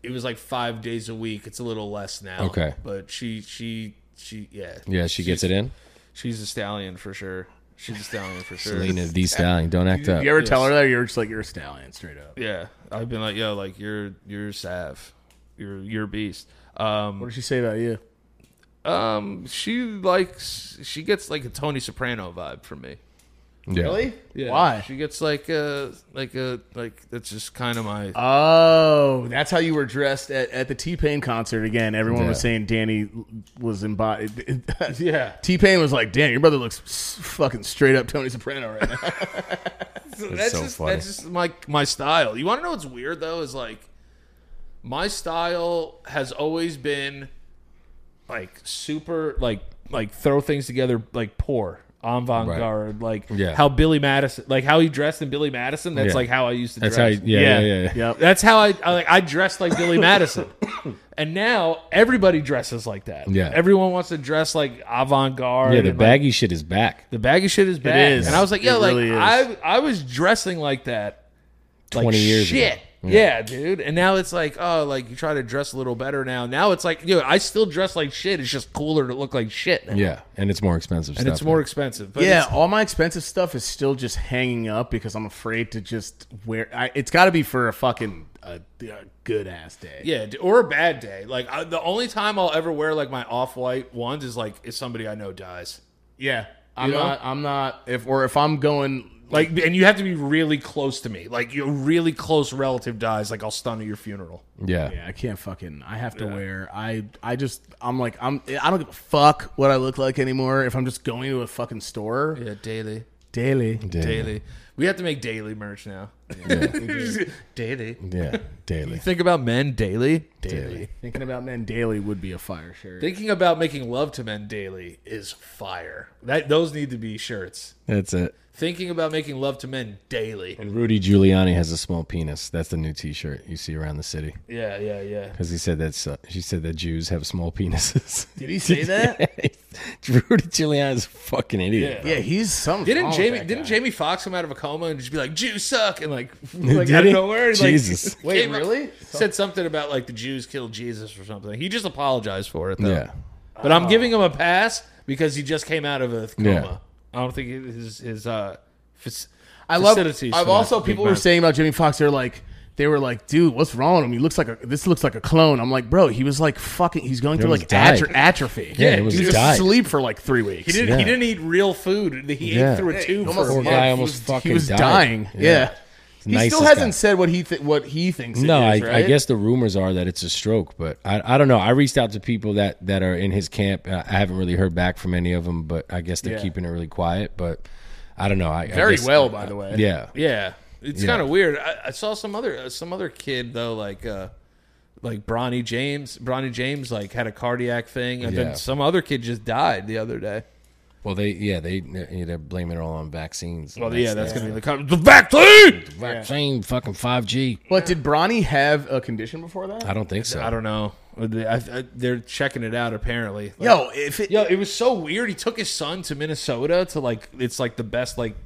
Speaker 4: it was like five days a week. It's a little less now.
Speaker 3: Okay.
Speaker 4: But she, she, she, yeah.
Speaker 3: Yeah, she gets it in.
Speaker 4: She's a stallion for sure. She's a stallion for sure.
Speaker 3: Selena, the stallion, don't act up.
Speaker 5: you ever tell her that you're just like you're a stallion straight up.
Speaker 4: Yeah. I've been like, yo, like you're, you're Sav. You're, you're a beast. Um,
Speaker 5: What did she say about you?
Speaker 4: um, she likes, she gets like a Tony Soprano vibe from me.
Speaker 3: Yeah.
Speaker 5: Really?
Speaker 4: Yeah.
Speaker 5: Why?
Speaker 4: She gets like a, like a, like, that's just kind of my,
Speaker 5: Oh, that's how you were dressed at, at the T Pain concert again. Everyone was
Speaker 3: Yeah.
Speaker 5: saying Danny was embodied. yeah. T Pain was like, "Damn, your brother looks s- fucking straight up Tony Soprano right now."
Speaker 4: that's
Speaker 3: so
Speaker 4: just
Speaker 3: funny.
Speaker 4: that's just my my style. You want to know what's weird though is like my style has always been like super like like throw things together like poor. avant-garde, like
Speaker 3: Yeah.
Speaker 4: how Billy Madison, like how he dressed in Billy Madison. That's
Speaker 3: Yeah.
Speaker 4: like how I used to
Speaker 3: That's
Speaker 4: dress.
Speaker 3: how you- yeah, yeah, yeah,
Speaker 5: yeah. Yep.
Speaker 4: That's how I, I like. I dressed like Billy Madison, and now everybody dresses like that.
Speaker 3: Yeah.
Speaker 4: everyone wants to dress like avant-garde.
Speaker 3: Yeah, the
Speaker 4: and, like,
Speaker 3: baggy shit is back.
Speaker 4: the baggy shit is bad.
Speaker 5: is.
Speaker 4: And I was like, yo,
Speaker 5: It
Speaker 4: like
Speaker 5: really is.
Speaker 4: I I was dressing like that like,
Speaker 3: 20 years ago.
Speaker 4: shit. Yeah. dude. And now it's like, oh, like you try to dress a little better now. Now it's like, yo, I still dress like shit. It's just cooler to look like shit. Now.
Speaker 3: Yeah, and it's more expensive.
Speaker 4: And
Speaker 3: stuff
Speaker 4: it's more expensive. But
Speaker 5: yeah,
Speaker 4: it's-
Speaker 5: all my expensive stuff is still just hanging up because I'm afraid to just wear. I, it's got to be for a fucking a, a good ass day.
Speaker 4: Yeah, d- or a bad day. Like I, the only time I'll ever wear like my off-white ones is like if somebody I know dies.
Speaker 5: yeah. I'm
Speaker 4: You know?
Speaker 5: not. I'm not. If or if I'm going,
Speaker 4: Like, and you have to be really close to me. Like, your really close relative dies. Like, I'll stun at your funeral.
Speaker 3: Yeah.
Speaker 5: yeah, I can't fucking. I have to wear. I. I just. I'm like. I'm. I don't give a fuck what I look like anymore. If I'm just going to a fucking store
Speaker 4: Yeah, daily,
Speaker 5: daily.
Speaker 4: daily. We have to make daily merch now. daily.
Speaker 3: Yeah, daily.
Speaker 4: Think about men daily.
Speaker 5: Daily. Thinking about men daily would be a fire shirt.
Speaker 4: Thinking about making love to men daily is fire. That those need to be shirts.
Speaker 3: That's it.
Speaker 4: Thinking about making love to men daily.
Speaker 3: And Rudy Giuliani has a small penis. That's the new T-shirt you see around the city
Speaker 4: Yeah, yeah, yeah.
Speaker 3: because he said that's uh, she said that Jews have small penises.
Speaker 5: Did he say that?
Speaker 3: Rudy Giuliani is a fucking idiot.
Speaker 5: yeah, he's some.
Speaker 4: Didn't Jamie didn't Jamie Fox come out of a coma and just be like Jews suck and like like
Speaker 3: Did
Speaker 4: out of
Speaker 3: he?
Speaker 4: nowhere? Like,
Speaker 3: Jesus.
Speaker 4: Wait,
Speaker 5: Wait, really?
Speaker 4: Said something about like the Jews killed Jesus or something. He just apologized for it
Speaker 3: Yeah,
Speaker 4: though. But I'm giving him a pass because he just came out of a coma.
Speaker 3: Yeah.
Speaker 4: I don't think his his uh fac-
Speaker 5: I love.
Speaker 4: facilities
Speaker 5: I've
Speaker 4: for
Speaker 5: also
Speaker 4: that big
Speaker 5: people were
Speaker 4: man.
Speaker 5: saying about Jimmy Fox. They're like, they were like, dude, what's wrong with him? He looks like a. This looks like a clone. I'm like, bro, he was like fucking. He's going through
Speaker 3: was
Speaker 5: like
Speaker 3: died.
Speaker 5: atro- atrophy.
Speaker 3: Yeah, he was
Speaker 5: was
Speaker 3: died.
Speaker 5: asleep for like three weeks.
Speaker 4: He didn't. He
Speaker 3: Yeah.
Speaker 4: didn't eat real food. He
Speaker 3: Yeah.
Speaker 4: ate through a tube.
Speaker 5: almost-
Speaker 4: for a
Speaker 3: Poor
Speaker 4: month.
Speaker 3: guy
Speaker 5: He
Speaker 3: almost
Speaker 5: was,
Speaker 3: fucking
Speaker 5: he was
Speaker 3: died.
Speaker 5: dying. Yeah. He
Speaker 3: Nicest
Speaker 5: still hasn't
Speaker 3: guy.
Speaker 5: said what he th- what he thinks. it
Speaker 3: No, I,
Speaker 5: is,
Speaker 3: I
Speaker 5: right?
Speaker 3: guess the rumors are that it's a stroke, but I, I don't know. I reached out to people that, that are in his camp. I I haven't really heard back from any of them, but I guess they're
Speaker 5: Yeah.
Speaker 3: keeping it really quiet. But I don't know. I, I
Speaker 5: very
Speaker 3: guess-
Speaker 5: well, by the way.
Speaker 3: Yeah,
Speaker 4: Yeah, it's kind of weird. I, I saw some other uh, some other kid though, like uh, like Bronny James. Bronny James like had a cardiac thing, and
Speaker 3: Yeah.
Speaker 4: then some other kid just died the other day.
Speaker 3: Well, they yeah they they're blaming it all on vaccines.
Speaker 4: Well, yeah, that's gonna be the com- the vaccine.
Speaker 3: vaccine fucking five G.
Speaker 5: But did Bronny have a condition before that?
Speaker 3: I don't think so.
Speaker 4: I don't know. They- I, I, they're checking it out apparently. Like,
Speaker 5: Yo, if it,
Speaker 4: yo, it was so weird. He took his son to Minnesota to like it's like the best like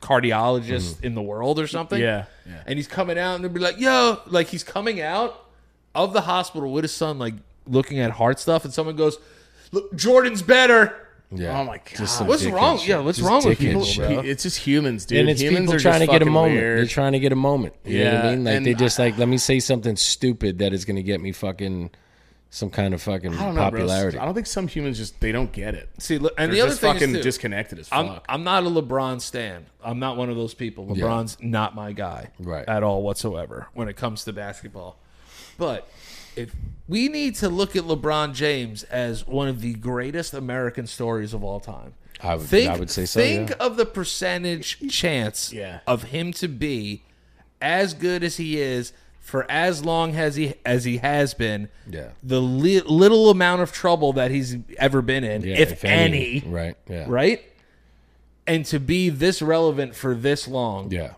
Speaker 4: cardiologist in the world or something.
Speaker 5: Yeah.
Speaker 4: And he's coming out and they'll be like, yo, like he's coming out of the hospital with his son, like looking at heart stuff, and someone goes, Look, Jordan's better.
Speaker 3: Yeah.
Speaker 5: Oh my God.
Speaker 3: some
Speaker 4: What's
Speaker 3: dickhead
Speaker 4: wrong?
Speaker 3: shit.
Speaker 4: Yeah, what's
Speaker 3: Just
Speaker 4: wrong with
Speaker 3: dickhead
Speaker 4: people,
Speaker 3: shit.
Speaker 4: bro?
Speaker 5: pe- it's just humans, dude.
Speaker 3: And it's
Speaker 5: humans
Speaker 3: people
Speaker 5: are
Speaker 3: trying to
Speaker 5: just
Speaker 3: get a
Speaker 5: fucking
Speaker 3: moment.
Speaker 5: weird.
Speaker 3: They're trying to get a moment. You know what
Speaker 5: Yeah,
Speaker 3: I mean? Like
Speaker 5: and
Speaker 3: they just like let me say something stupid that is going to get me fucking some kind of fucking
Speaker 5: I don't know,
Speaker 3: popularity.
Speaker 5: bro. I don't think some humans just they don't get it.
Speaker 4: See, look, and
Speaker 5: They're
Speaker 4: the other
Speaker 5: just
Speaker 4: thing
Speaker 5: fucking
Speaker 4: is too,
Speaker 5: disconnected as
Speaker 4: I'm,
Speaker 5: fuck.
Speaker 4: I'm not a LeBron stan. I'm not one of those people. LeBron's not my guy
Speaker 3: Right.
Speaker 4: at all whatsoever when it comes to basketball. But if we need to look at LeBron James as one of the greatest American stories of all time.
Speaker 3: I would- I would say so,
Speaker 4: Think
Speaker 3: yeah.
Speaker 4: of the percentage chance
Speaker 5: Yeah.
Speaker 4: of him to be as good as he is for as long as he as he has been.
Speaker 3: Yeah.
Speaker 4: The li- little amount of trouble that he's ever been in,
Speaker 3: Yeah,
Speaker 4: if, any,
Speaker 3: Right. Yeah.
Speaker 4: right? And to be this relevant for this long
Speaker 3: Yeah.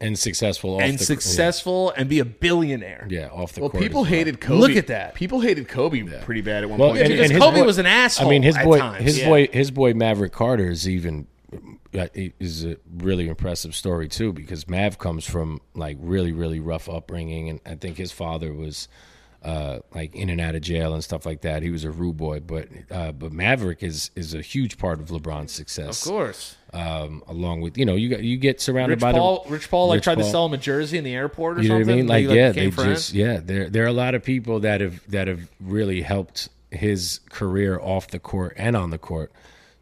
Speaker 3: And successful. Off
Speaker 4: and
Speaker 3: the,
Speaker 4: successful and be a billionaire.
Speaker 3: Yeah. Off the
Speaker 5: Well,
Speaker 3: court
Speaker 5: people
Speaker 3: as well.
Speaker 5: hated Kobe.
Speaker 4: Look at that.
Speaker 5: People hated Kobe pretty bad at one
Speaker 3: Well,
Speaker 5: point.
Speaker 3: and-
Speaker 4: because
Speaker 3: his
Speaker 4: Kobe
Speaker 3: boy-
Speaker 4: was an asshole.
Speaker 3: I mean, his
Speaker 4: at
Speaker 3: boy,
Speaker 4: times.
Speaker 3: his
Speaker 4: Yeah.
Speaker 3: boy, his boy, Maverick Carter is even uh, is a really impressive story too because Mav comes from like really really rough upbringing, and I think his father was uh, like in and out of jail and stuff like that. He was a rude boy, but uh, but Maverick is is a huge part of LeBron's success.
Speaker 4: of course.
Speaker 3: um, along with you know you got you get surrounded
Speaker 4: Rich
Speaker 3: by
Speaker 4: Paul,
Speaker 3: the
Speaker 4: Rich Paul, like
Speaker 3: Rich
Speaker 4: tried to
Speaker 3: Paul.
Speaker 4: sell him a jersey in the airport or
Speaker 3: You know what I
Speaker 4: something.
Speaker 3: mean? Like,
Speaker 4: He,
Speaker 3: yeah, they
Speaker 4: became friends.
Speaker 3: just yeah. There there are a lot of people that have that have really helped his career off the court and on the court.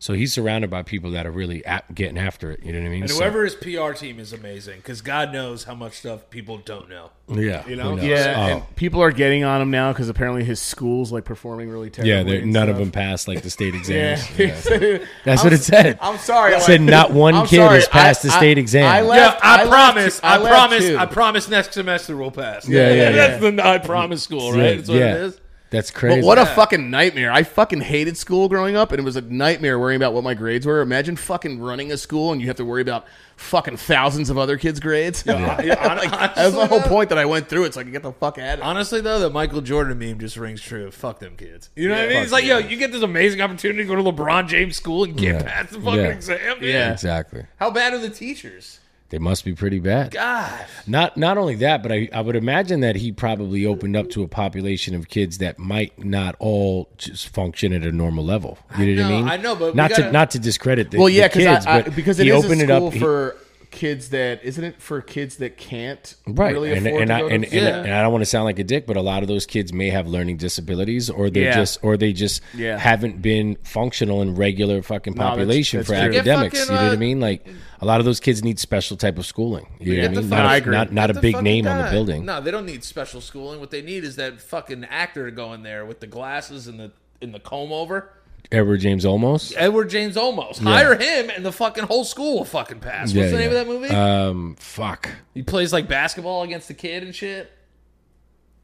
Speaker 3: So he's surrounded by people that are really at, getting after it. You know what I mean?
Speaker 4: And
Speaker 3: So-
Speaker 4: whoever his PR team is amazing because God knows how much stuff people don't know.
Speaker 3: yeah,
Speaker 4: you know?
Speaker 3: who knows?
Speaker 5: yeah,
Speaker 3: Oh,
Speaker 5: and people are getting on him now because apparently his school's like performing really terribly.
Speaker 3: yeah. they're-
Speaker 5: and
Speaker 3: None of
Speaker 5: stuff.
Speaker 3: them passed like the state exams.
Speaker 5: Yeah.
Speaker 3: Yeah. That's what it said.
Speaker 5: I'm sorry.
Speaker 3: It said
Speaker 5: like-
Speaker 3: not one
Speaker 5: I'm
Speaker 3: kid
Speaker 5: sorry,
Speaker 3: has passed the
Speaker 5: I-
Speaker 3: state exam.
Speaker 5: I laughed-
Speaker 4: Yeah, I,
Speaker 5: laughed
Speaker 4: promise.
Speaker 5: too-
Speaker 4: I,
Speaker 5: laughed
Speaker 4: promise.
Speaker 5: too.
Speaker 4: I promise. Next semester we'll pass.
Speaker 3: Yeah, yeah,
Speaker 4: That's the I promise school, right?
Speaker 3: Yeah,
Speaker 4: That's what
Speaker 3: yeah.
Speaker 4: it is.
Speaker 3: That's crazy.
Speaker 5: But what a fucking nightmare. I fucking hated school growing up, and it was a nightmare worrying about what my grades were. Imagine fucking running a school and you have to worry about fucking thousands of other kids' grades. Like, that was the whole point that I went through. It's like, get the fuck out of here.
Speaker 4: Honestly, though, the Michael Jordan meme just rings true. Fuck them kids. You know what I mean?
Speaker 3: fuck
Speaker 4: It's like, yo, you get this amazing opportunity to go to LeBron James school and get
Speaker 3: Yeah.
Speaker 4: past the fucking
Speaker 3: Yeah.
Speaker 4: exam. dude.
Speaker 5: Yeah.
Speaker 3: Exactly.
Speaker 4: How bad are the teachers?
Speaker 3: They must be pretty bad.
Speaker 4: God.
Speaker 3: Not not only that, but I, I would imagine that he probably opened up to a population of kids that might not all just function at a normal level. You know what I
Speaker 4: know,
Speaker 3: mean?
Speaker 4: I know, but we
Speaker 3: not to
Speaker 4: gotta-
Speaker 3: not to discredit the
Speaker 5: Well, yeah,
Speaker 3: the kids,
Speaker 5: because I, I,
Speaker 3: but
Speaker 5: because it
Speaker 3: he
Speaker 5: is a
Speaker 3: opened
Speaker 5: school
Speaker 3: it up he-
Speaker 5: for kids that isn't it for kids that can't
Speaker 3: right,
Speaker 5: really
Speaker 3: and
Speaker 5: afford
Speaker 3: and
Speaker 5: to
Speaker 3: I
Speaker 5: go to
Speaker 3: and, and,
Speaker 4: Yeah.
Speaker 3: and I don't want to sound like a dick, but a lot of those kids may have learning disabilities, or they
Speaker 5: Yeah.
Speaker 3: just or they just
Speaker 5: Yeah.
Speaker 3: haven't been functional in regular fucking
Speaker 5: that's-
Speaker 3: population
Speaker 5: that's
Speaker 3: for
Speaker 5: true. Get
Speaker 3: academics.
Speaker 4: fucking,
Speaker 3: you know what I
Speaker 4: uh,
Speaker 3: mean? Like a lot of those kids need special type of schooling. You know what I
Speaker 4: Get the
Speaker 3: mean?
Speaker 4: fuck-
Speaker 3: Not,
Speaker 5: I
Speaker 3: a-
Speaker 5: agree.
Speaker 3: not not a
Speaker 4: Get the
Speaker 3: big
Speaker 4: fucking
Speaker 3: name on the
Speaker 4: guy.
Speaker 3: building.
Speaker 4: No, they don't need special schooling. What they need is that fucking actor to go in there with the glasses and the and the comb over.
Speaker 3: Edward James Olmos.
Speaker 4: Edward James Olmos. Hire him, and the fucking whole school will fucking pass. What's
Speaker 3: Yeah,
Speaker 4: the name
Speaker 3: yeah.
Speaker 4: of that movie?
Speaker 3: Um, fuck.
Speaker 4: he plays like basketball against the kid and shit.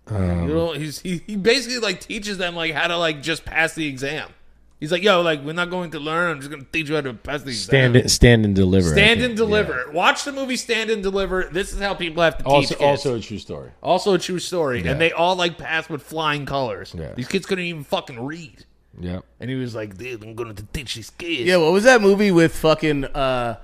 Speaker 3: Um,
Speaker 4: you know, he's, he he basically like teaches them like how to like just pass the exam. He's like, yo, like we're not going to learn. I'm just going to teach you how to pass the exam.
Speaker 3: Stand stand and deliver. I
Speaker 4: Stand
Speaker 3: think.
Speaker 4: and deliver. Watch the movie Stand and Deliver. This is how people have to teach
Speaker 3: Also,
Speaker 4: kids.
Speaker 3: also a true story.
Speaker 4: Also a true story.
Speaker 3: Yeah.
Speaker 4: And they all like passed with flying colors.
Speaker 3: Yeah.
Speaker 4: These kids couldn't even fucking read.
Speaker 3: Yeah.
Speaker 4: And he was like, dude, I'm going to teach these kids.
Speaker 5: Yeah, what was that movie with fucking uh,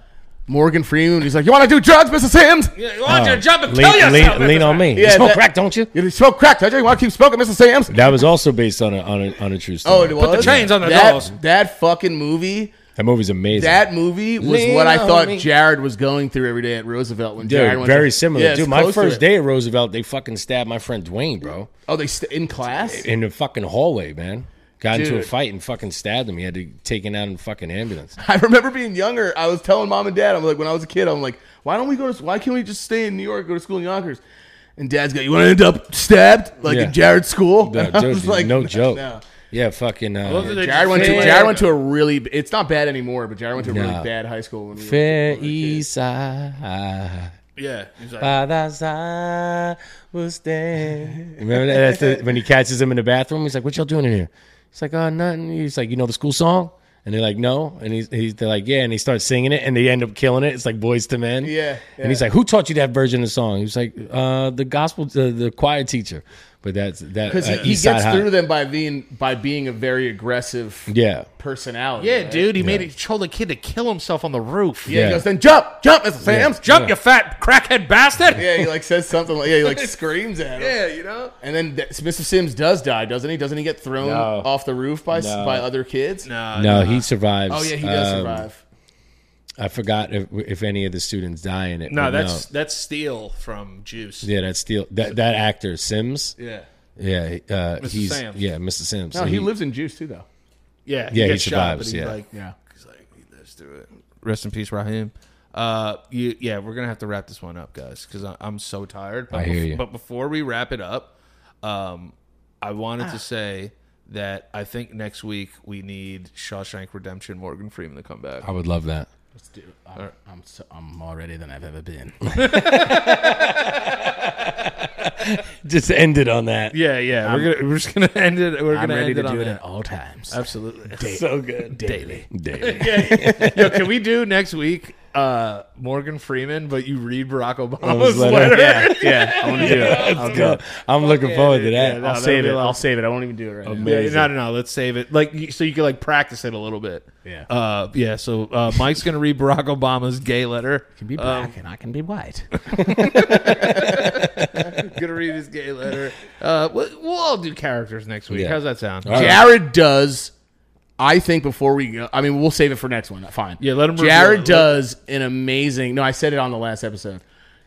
Speaker 5: Morgan Freeman? He's like, "You want to do drugs, Mr. Sims?
Speaker 4: Yeah, why
Speaker 3: uh,
Speaker 4: don't you jump and
Speaker 3: Oh. lean,
Speaker 4: kill yourself?
Speaker 3: lean, lean on me.
Speaker 5: Yeah,
Speaker 3: you smoke
Speaker 5: that-
Speaker 3: crack, don't you?
Speaker 5: You smoke crack, don't you? You want to keep smoking, Mr. Sims?"
Speaker 3: That was also based on a on a, on a true story.
Speaker 5: Oh, it was?
Speaker 4: the chains on the
Speaker 5: that,
Speaker 4: dolls.
Speaker 5: That fucking movie.
Speaker 3: that movie's amazing.
Speaker 5: That movie was
Speaker 3: Lean
Speaker 5: what I
Speaker 3: on
Speaker 5: thought
Speaker 3: me.
Speaker 5: Jared was going through every day at Roosevelt when Jared
Speaker 3: Dude,
Speaker 5: went
Speaker 3: very
Speaker 5: to-
Speaker 3: similar.
Speaker 5: Yeah, it's
Speaker 3: Dude, my
Speaker 5: close to
Speaker 3: first
Speaker 5: it.
Speaker 3: day at Roosevelt, they fucking stabbed my friend Dwayne, bro,
Speaker 5: Oh, they st- in class.
Speaker 3: in the fucking hallway, man. Got into a
Speaker 5: Dude.
Speaker 3: fight and fucking stabbed him. He had to take him out in fucking ambulance.
Speaker 5: I remember being younger. I was telling mom and dad, I'm like, when I was a kid, I'm like, why don't we go to? Why can't we just stay in New York, go to school in Yonkers? And dad's going, you want to end up stabbed like
Speaker 3: Yeah.
Speaker 5: in Jared's school?
Speaker 3: No,
Speaker 5: And I
Speaker 3: dude,
Speaker 5: was like,
Speaker 3: no joke.
Speaker 5: no.
Speaker 3: Yeah, fucking. Uh,
Speaker 5: Jared went to Jared went to a really. It's not bad anymore, but Jared went to a
Speaker 3: Nah.
Speaker 5: really bad high school. When we were-
Speaker 3: Fair East Side.
Speaker 4: Yeah. He's like,
Speaker 3: By thy side will stand. Remember that? That's the, when he catches him in the bathroom. He's like, "What y'all doing in here?" He's like, "Oh, nothing." He's like, "You know the school song?" And they're like, "No." And he's, he's they're like, "Yeah." And he starts singing it, and they end up killing it. It's like Boys to Men.
Speaker 5: Yeah,
Speaker 3: And he's
Speaker 5: yeah.
Speaker 3: like, "Who taught you that version of the song?" He was like, "Uh, the gospel, the, the choir teacher." But that's that.
Speaker 5: because
Speaker 3: uh,
Speaker 5: he, he
Speaker 3: East Side
Speaker 5: gets
Speaker 3: High.
Speaker 5: through them by being by being a very aggressive
Speaker 3: Yeah.
Speaker 5: personality.
Speaker 4: yeah,
Speaker 5: right?
Speaker 4: dude, he made it. He told the kid to kill himself on the roof.
Speaker 5: Yeah,
Speaker 3: Yeah.
Speaker 5: he goes then jump, jump, Mr. Sam's
Speaker 4: Jump, you fat crackhead bastard.
Speaker 5: Yeah, he like says something. Like, yeah, he like screams at him.
Speaker 4: Yeah, you know?
Speaker 5: And then th- Mr. Sims does die, doesn't he? Doesn't he get thrown
Speaker 3: No.
Speaker 5: off the roof by s
Speaker 3: No.
Speaker 5: by other kids?
Speaker 4: No.
Speaker 3: No, he survives.
Speaker 5: Oh yeah, he does
Speaker 3: Um,
Speaker 5: survive.
Speaker 3: I forgot if, if any of the students die in it.
Speaker 4: No,
Speaker 3: but
Speaker 4: that's that's Steele from Juice.
Speaker 3: yeah, that's still that that actor Sims.
Speaker 4: Yeah.
Speaker 3: Yeah, uh, he's
Speaker 4: Sims.
Speaker 3: yeah, Mr. Sims.
Speaker 5: No,
Speaker 3: So
Speaker 5: he, lives in juice too, though.
Speaker 4: Yeah,
Speaker 3: Yeah, he
Speaker 4: gets shot, but
Speaker 3: survives,
Speaker 4: he,
Speaker 3: yeah.
Speaker 4: like,
Speaker 5: Yeah.
Speaker 4: he's like, he lives through it. Rest in peace, Raheem. Uh, you, yeah, we're gonna have to wrap this one up, guys, because I'm so tired. But
Speaker 3: I hear
Speaker 4: bef-
Speaker 3: you.
Speaker 4: But before we wrap it up, um, I wanted to say that I think next week we need Shawshank Redemption, Morgan Freeman to come back.
Speaker 3: I would love that.
Speaker 5: Let's do. I'm, I'm, so, I'm more ready than I've ever been.
Speaker 3: Just ended on that.
Speaker 4: Yeah, yeah, we're gonna we're just gonna end it. We're
Speaker 5: I'm
Speaker 4: gonna
Speaker 5: ready
Speaker 4: end
Speaker 5: to
Speaker 4: it on
Speaker 5: do it
Speaker 4: that.
Speaker 5: at all times.
Speaker 4: Absolutely, so good daily.
Speaker 3: Daily.
Speaker 4: Yo, can we do next week? Uh, Morgan Freeman, but you read Barack
Speaker 5: Oh,
Speaker 4: Obama's
Speaker 3: letter.
Speaker 4: letter.
Speaker 5: Yeah, yeah. I want to do it. I'll do it.
Speaker 3: I'm looking forward to
Speaker 4: yeah,
Speaker 3: that.
Speaker 4: no,
Speaker 5: I'll
Speaker 4: that'd
Speaker 5: save
Speaker 4: be
Speaker 5: it.
Speaker 4: a lot
Speaker 5: I'll
Speaker 4: of
Speaker 5: save it. I won't even do it right now.
Speaker 4: Yeah, no, no, no. Let's save it. Like, you- so you can like practice it a little bit.
Speaker 5: Yeah.
Speaker 4: Uh, yeah. So uh, Mike's gonna read Barack Obama's gay letter. Um,
Speaker 5: I can be black and I can be white.
Speaker 4: gonna read his gay letter. Uh, we'll, we'll all do characters next week.
Speaker 3: Yeah.
Speaker 4: How's that sound?
Speaker 3: right.
Speaker 5: Jared does. I think before we go, I mean, we'll save it for next one. Fine.
Speaker 4: Yeah, let him review
Speaker 5: Jared
Speaker 4: it.
Speaker 5: does an amazing. No, I said it on the last episode.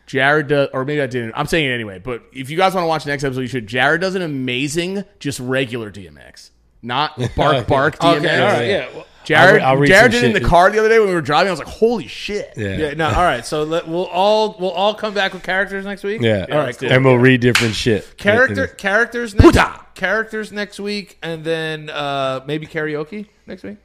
Speaker 5: Jared does, or maybe I didn't. I'm saying it anyway. But if you guys want to watch the next episode, you should. Jared does an amazing, just regular DMX, not bark bark DMX.
Speaker 4: Okay. All right. Yeah. well-
Speaker 3: I'll
Speaker 5: Jared,
Speaker 3: re- I'll read
Speaker 5: Jared
Speaker 3: some
Speaker 5: did it in
Speaker 3: shit.
Speaker 5: the car the other day when we were driving. I was like, "Holy shit!"
Speaker 3: Yeah.
Speaker 4: yeah. No. All right. So let, we'll all we'll all come back with characters next week.
Speaker 3: Yeah.
Speaker 4: All right. Cool.
Speaker 3: And we'll read different shit.
Speaker 4: Character
Speaker 3: And-
Speaker 4: characters next
Speaker 5: Puta.
Speaker 4: characters next week, and then uh, maybe karaoke next week.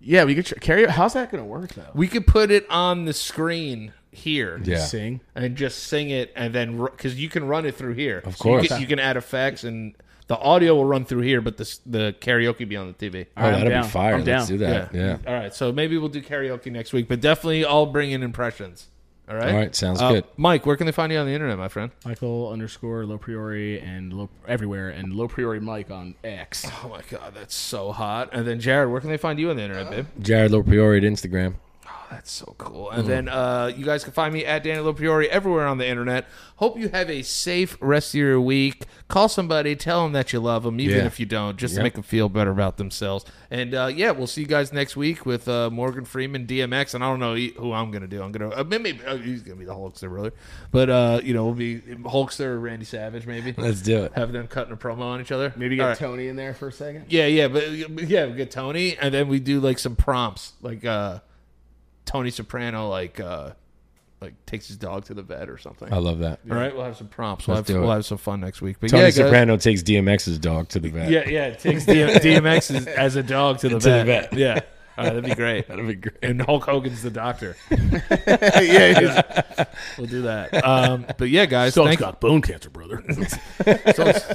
Speaker 5: Yeah, we could tr- carry. How's that going to work though?
Speaker 4: We could put it on the screen here.
Speaker 3: Yeah.
Speaker 5: Sing.
Speaker 4: and just sing it, and then because you can run it through here. Of
Speaker 3: course.
Speaker 4: you can, you can add effects and The audio will run through here, but this, the karaoke be on the TV.
Speaker 5: right,
Speaker 3: oh, that'll
Speaker 5: I'm
Speaker 3: be
Speaker 5: down.
Speaker 3: fire.
Speaker 5: I'm
Speaker 3: Let's do
Speaker 5: down.
Speaker 3: that. Yeah.
Speaker 4: All right, so maybe we'll do karaoke next week, but definitely I'll bring in impressions. All right.
Speaker 3: All right, sounds
Speaker 4: Uh,
Speaker 3: good.
Speaker 4: Mike, where can they find you on the internet, my friend?
Speaker 5: Michael underscore low priori and low everywhere and low priori Mike on X.
Speaker 4: Oh my God, that's so hot. Uh, And then Jared, where can they find you on the internet, babe?
Speaker 3: Jared Low Priori at Instagram.
Speaker 4: That's so cool.
Speaker 3: Mm-hmm.
Speaker 4: And then uh, you guys can find me at Danny Lopriori everywhere on the internet. Hope you have a safe rest of your week. Call somebody, tell them that you love them, even
Speaker 3: Yeah.
Speaker 4: if you don't, just
Speaker 3: Yep.
Speaker 4: to make them feel better about themselves. And uh, yeah, we'll see you guys next week with uh, Morgan Freeman, DMX, and I don't know e, who I'm gonna do. I'm gonna uh, maybe uh, he's gonna be the Hulkster brother, but uh, you know we'll be Hulkster or Randy Savage maybe.
Speaker 3: Let's do it.
Speaker 4: Have them cutting a promo on each other.
Speaker 5: Maybe get
Speaker 4: All right.
Speaker 5: Tony in there for a second.
Speaker 4: Yeah, yeah, but but yeah, we get Tony, and then we do like some prompts, like uh Tony Soprano, like uh like takes his dog to the vet or something.
Speaker 3: I love that.
Speaker 4: All right, we'll have some prompts. We'll have,
Speaker 3: Let's do it.
Speaker 4: we'll have some fun next week. But
Speaker 3: Tony
Speaker 4: yeah, guys-
Speaker 3: Soprano takes DMX's dog to the vet.
Speaker 4: yeah, yeah, takes D- DMX as, as a dog to the
Speaker 3: To the
Speaker 4: vet.
Speaker 3: vet.
Speaker 4: Yeah, All right, that'd be great.
Speaker 3: That'd be great.
Speaker 4: And Hulk Hogan's the doctor.
Speaker 5: yeah, yeah.
Speaker 4: We'll do that. Um, but yeah, guys,
Speaker 5: Still
Speaker 4: thank-
Speaker 5: got bone cancer, brother.
Speaker 4: Stokes-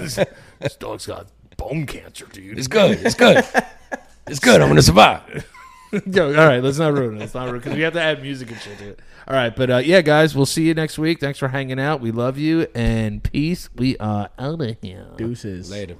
Speaker 4: this dog's got bone cancer, dude.
Speaker 3: It's good. It's good. it's good. I'm gonna survive.
Speaker 4: Yo, all right, let's not ruin it. Let's not ruin because we have to add music and shit to it. All right, but uh, yeah, guys, we'll see you next week. Thanks for hanging out. We love you and peace. We are out of here.
Speaker 5: Deuces.
Speaker 3: Later.